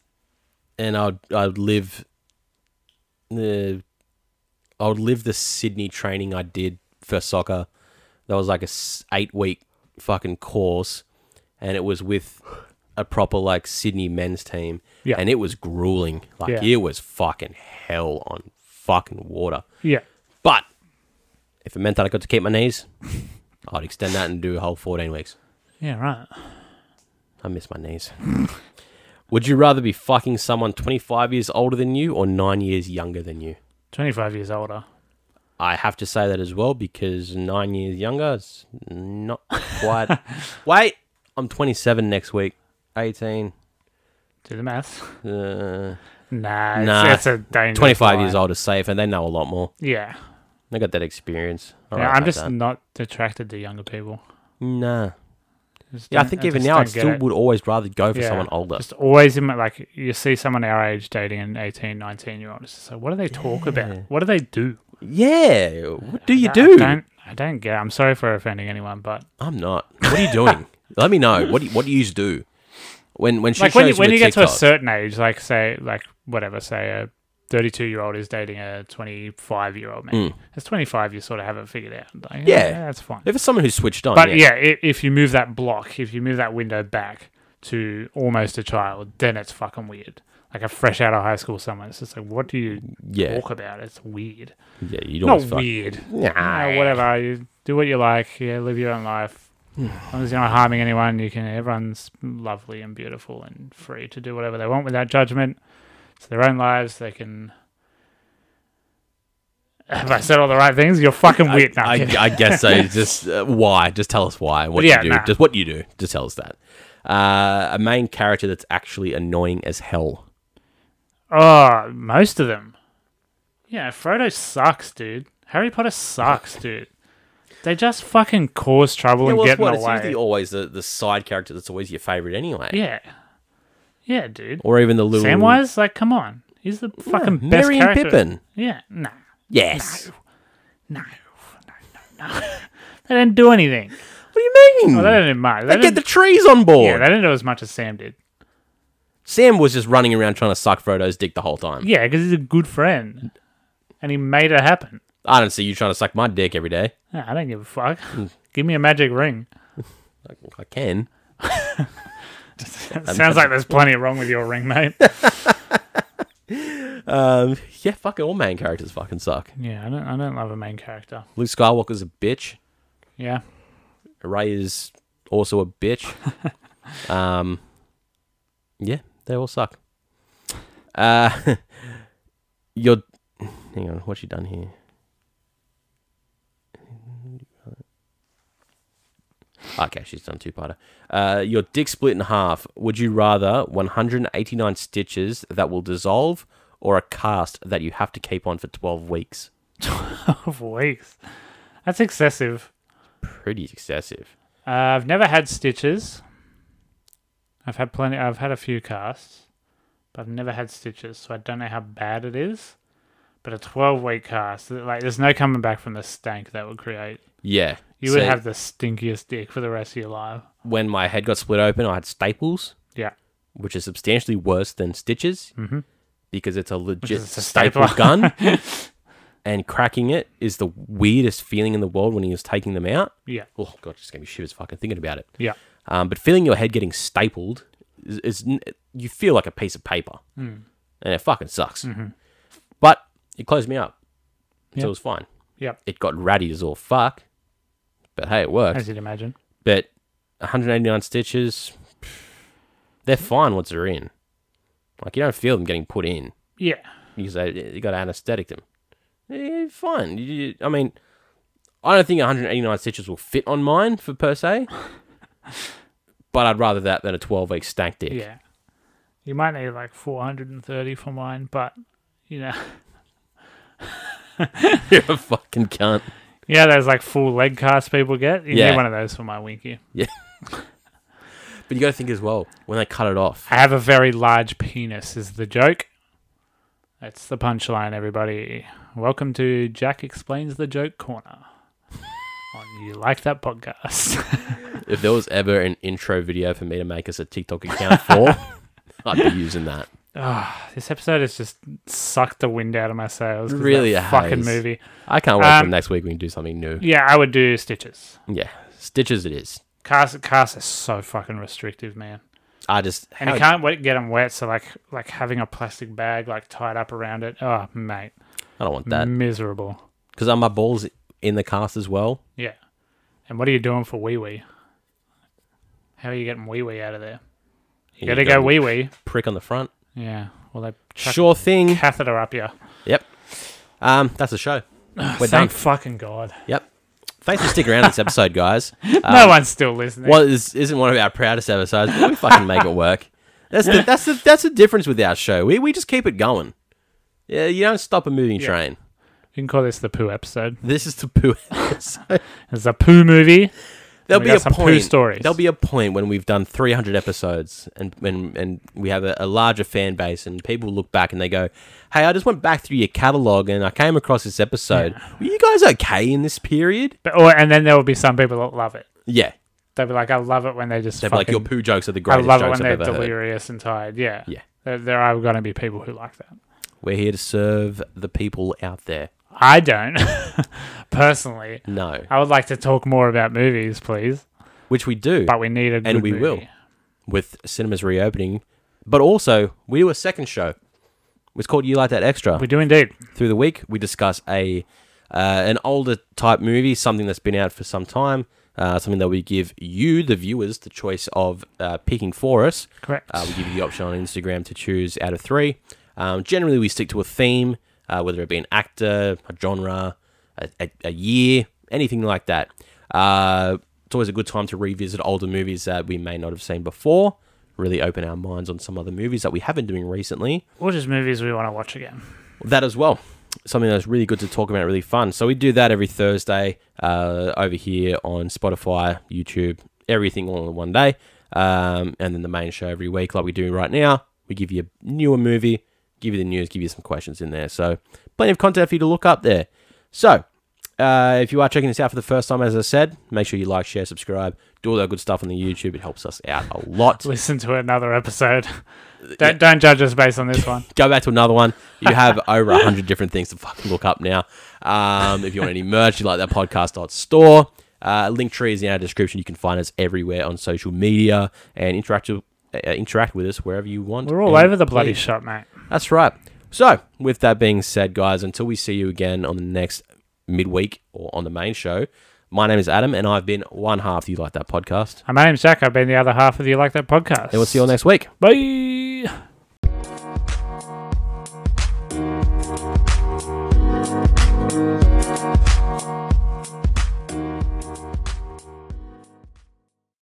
and I'd I'd live the I would live the Sydney training I did for soccer. That was like a s- eight week fucking course, and it was with a proper like Sydney men's team. Yeah. and it was grueling. Like Yeah. it was fucking hell on fucking water. yeah, But if it meant that I got to keep my knees, I'd extend that and do a whole 14 weeks. yeah, right. I miss my knees. <laughs> Would you rather be fucking someone 25 years older than you or nine years younger than you? 25 years older. I have to say that as well because nine years younger is not <laughs> quite. Wait, I'm 27 next week. 18. Do the math. Uh, Nah, it's, Nah. it's a dangerous. 25 line. years old is safe and they know a lot more. Yeah, They got that experience. I yeah don't I'm know just about not attracted to younger people. that. Nah. Just Yeah, I don't- think even just now I don't get still it. would always rather go for Yeah. someone older. Just always in my, like you see someone our age dating an 18, 19 year old. It's just like, what do they talk about? What do they do? Yeah. What do you I- do? I don't, I don't get. It. I'm sorry for offending anyone, but I'm not. What are you <laughs> doing? Let me know. What do you, what do you do? When when she like shows when you, when you you a get to a TikTok, certain age, like say like whatever, say a thirty-two year old is dating a twenty-five year old man. As twenty-five, you sort of have it figured out. Like, yeah, Hmm. Yeah. that's fine. if it's someone who's switched on, But Oh, yeah, yeah, i if you move that block, if you move that window back to almost a child, then it's fucking weird. Like a fresh out of high school someone, it's just like, what do you yeah, talk about? It's weird. yeah, you don't. Not fuck. Ah. weird. Nah. Yeah, whatever. You do what you like. Yeah, live your own life. as long as you're not harming anyone, you can. Everyone's lovely and beautiful and free to do whatever they want without judgment. It's their own lives. They can. <laughs> Have I said all the right things? You're fucking I, weird. No, I'm I, kidding. I guess <laughs> so. Just uh, why? Just tell us why and what Yeah, you do. nah. Just what you do. Just tell us that. Uh, a main character that's actually annoying as hell. Oh, most of them. Yeah, Frodo sucks, dude. Harry <laughs> Potter sucks, dude. They just fucking cause trouble Yeah, and well, get it's in what the it's way. usually always the, the side character that's always your favorite anyway, yeah, yeah, dude. or even the little Samwise, like, come on, he's the Yeah, fucking best Merry and character. Pippin. Yeah, nah, Yes. no, no, no, no. <laughs> they didn't do anything. What do you mean? Well, they didn't do much. They, Hmm. They get didn't, the trees on board. yeah, they didn't do as much as Sam did. Sam was just running around trying to suck Frodo's dick the whole time. Yeah, because he's a good friend, and he made it happen. I don't see you trying to suck my dick every day. Yeah, I don't give a fuck. Hmm. <laughs> Give me a magic ring. Like, I can. <laughs> Sounds like there's plenty wrong with your ring, mate. Um, yeah, fucking all main characters fucking suck. Yeah, I don't, I don't love a main character. Luke Skywalker's a bitch. Yeah, <laughs> Ray is also a bitch. um, yeah, they all suck. Uh, <laughs> you're. Hang on, what's she done here? Okay, she's done two parter. Uh, your dick split in half. Would you rather 189 stitches that will dissolve or a cast that you have to keep on for 12 weeks? twelve weeks. That's excessive. Pretty excessive. Uh, I've never had stitches. I've had plenty. I've had a few casts, but I've never had stitches, so I don't know how bad it is. But a twelve-week cast, like, there's no coming back from the stank that would create. Yeah. You would so- have the stinkiest dick for the rest of your life. when my head got split open, I had staples, Yeah, which is substantially worse than stitches because it's a legit Mm-hmm. is a staple staple. gun. <laughs> and cracking it is the weirdest feeling in the world when he was taking them out. yeah, Oh, God, it just gave me shivers fucking thinking about it. yeah, Um, but feeling your head getting stapled is, is n- you feel like a piece of paper Mm. and it fucking sucks. But it closed me up. So Mm-hmm. Yeah. it was fine. yeah. It got ratty as all fuck. But hey, it worked As you'd imagine. but 189 stitches, they're fine once they're in. Like you don't feel them getting put in Yeah, because they, you got to anesthetic them. eh, fine. You- you- I mean, I don't think 189 stitches will fit on mine for per se, <laughs> but I'd rather that than a 12 week stank dick. Yeah. You might need like 430 for mine, but you know, <laughs> You're a fucking cunt. yeah, those like full leg casts people get. You Yeah. need one of those for my winky. But you got to think as well when they cut it off. I have a very large penis, is the joke. That's the punchline, everybody. Welcome to Jack Explains the <laughs> Joke Corner on You Like That Podcast. <laughs> If there was ever an intro video for me to make us a TikTok account for, <laughs> I'd be using that. Ah, this episode has just sucked the wind out of my sails. 'cause Really that has. fucking movie. I can't wait Um, till next week we can do something new. Yeah, I would do Stitches. Yeah, stitches it is. Cast, cast is so fucking restrictive, man. I just and how- you can't wet, get them wet. So like like having a plastic bag like tied up around it. Oh mate, I don't want Mm. that miserable. because are my balls in the cast as well? Yeah. And what are you doing for wee wee? How are you getting wee wee out of there? You gotta go wee wee. prick on the front. Yeah. Well, they chuck Sure thing. catheter up you. Um, that's the show. We're Ah, Thank done. fucking god. Yep. Thanks for sticking around <laughs> this episode, guys. no one's still listening. Well, this isn't one of our proudest episodes, but we fucking make it work. That's the that's the that's the difference with our show. We we just keep it going. Yeah, you don't stop a moving Yeah. train. You can call this the poo episode. This is the poo. <laughs> episode. It's a poo movie. There'll We be got a some poo point. stories. There'll be a point when we've done 300 episodes and and, and we have a, a larger fan base and people look back and they go, "Hey, I just went back through your catalog and I came across this episode. Were you guys okay in this period?" But, or and then there will be some people that love it. Yeah, They'll be like, I love it when they just they're fucking, like, "Your poo jokes are the I greatest love it jokes when they're I've ever heard." delirious and tired. Yeah. Yeah. There, there are going to be people who like that. We're here to serve the people out there. I don't <laughs> personally. No, I would like to talk more about movies, please. which we do. But we need a good we movie. will. with cinemas reopening. But also, we do a second show. It's called You Like That Extra. We do indeed. Through the week, we discuss a uh, an older type movie, something that's been out for some time, uh, something that we give you, the viewers, the choice of uh, picking for us. Correct. Uh, we give you the option on Instagram to choose out of three. Um, generally, we stick to a theme, uh, whether it be an actor, a genre, a, a, a year, anything like that. Uh, it's always a good time to revisit older movies that we may not have seen before, really open our minds on some other movies that we haven't doing recently. or just movies we want to watch again. <laughs> That as well. Something that's really good to talk about, really fun. So we do that every Thursday uh, over here on Spotify, YouTube, everything all in one day. Um, and then the main show every week, like we do right now. We give you a newer movie, give you the news, give you some questions in there. So plenty of content for you to look up there. So uh, if you are checking this out for the first time, as I said, make sure you like, share, subscribe, do all that good stuff on the YouTube. It helps us out a lot. Listen to another episode. Uh, don't don't judge us based on this one. go back to another one. You <laughs> have over a hundred different things to fucking look up now. Um, if you want any merch, you like that podcast.store. Uh, link tree is in our description. You can find us everywhere on social media and interact uh, interact with us wherever you want. We're all And over the bloody please- shop, mate. That's right. So, with that being said, guys, until we see you again on the next midweek or on the main show, my name is Adam, and I've been one half. You like that podcast? And My name's Jack. I've been the other half of the You Like That podcast. And we'll see you all next week. Bye.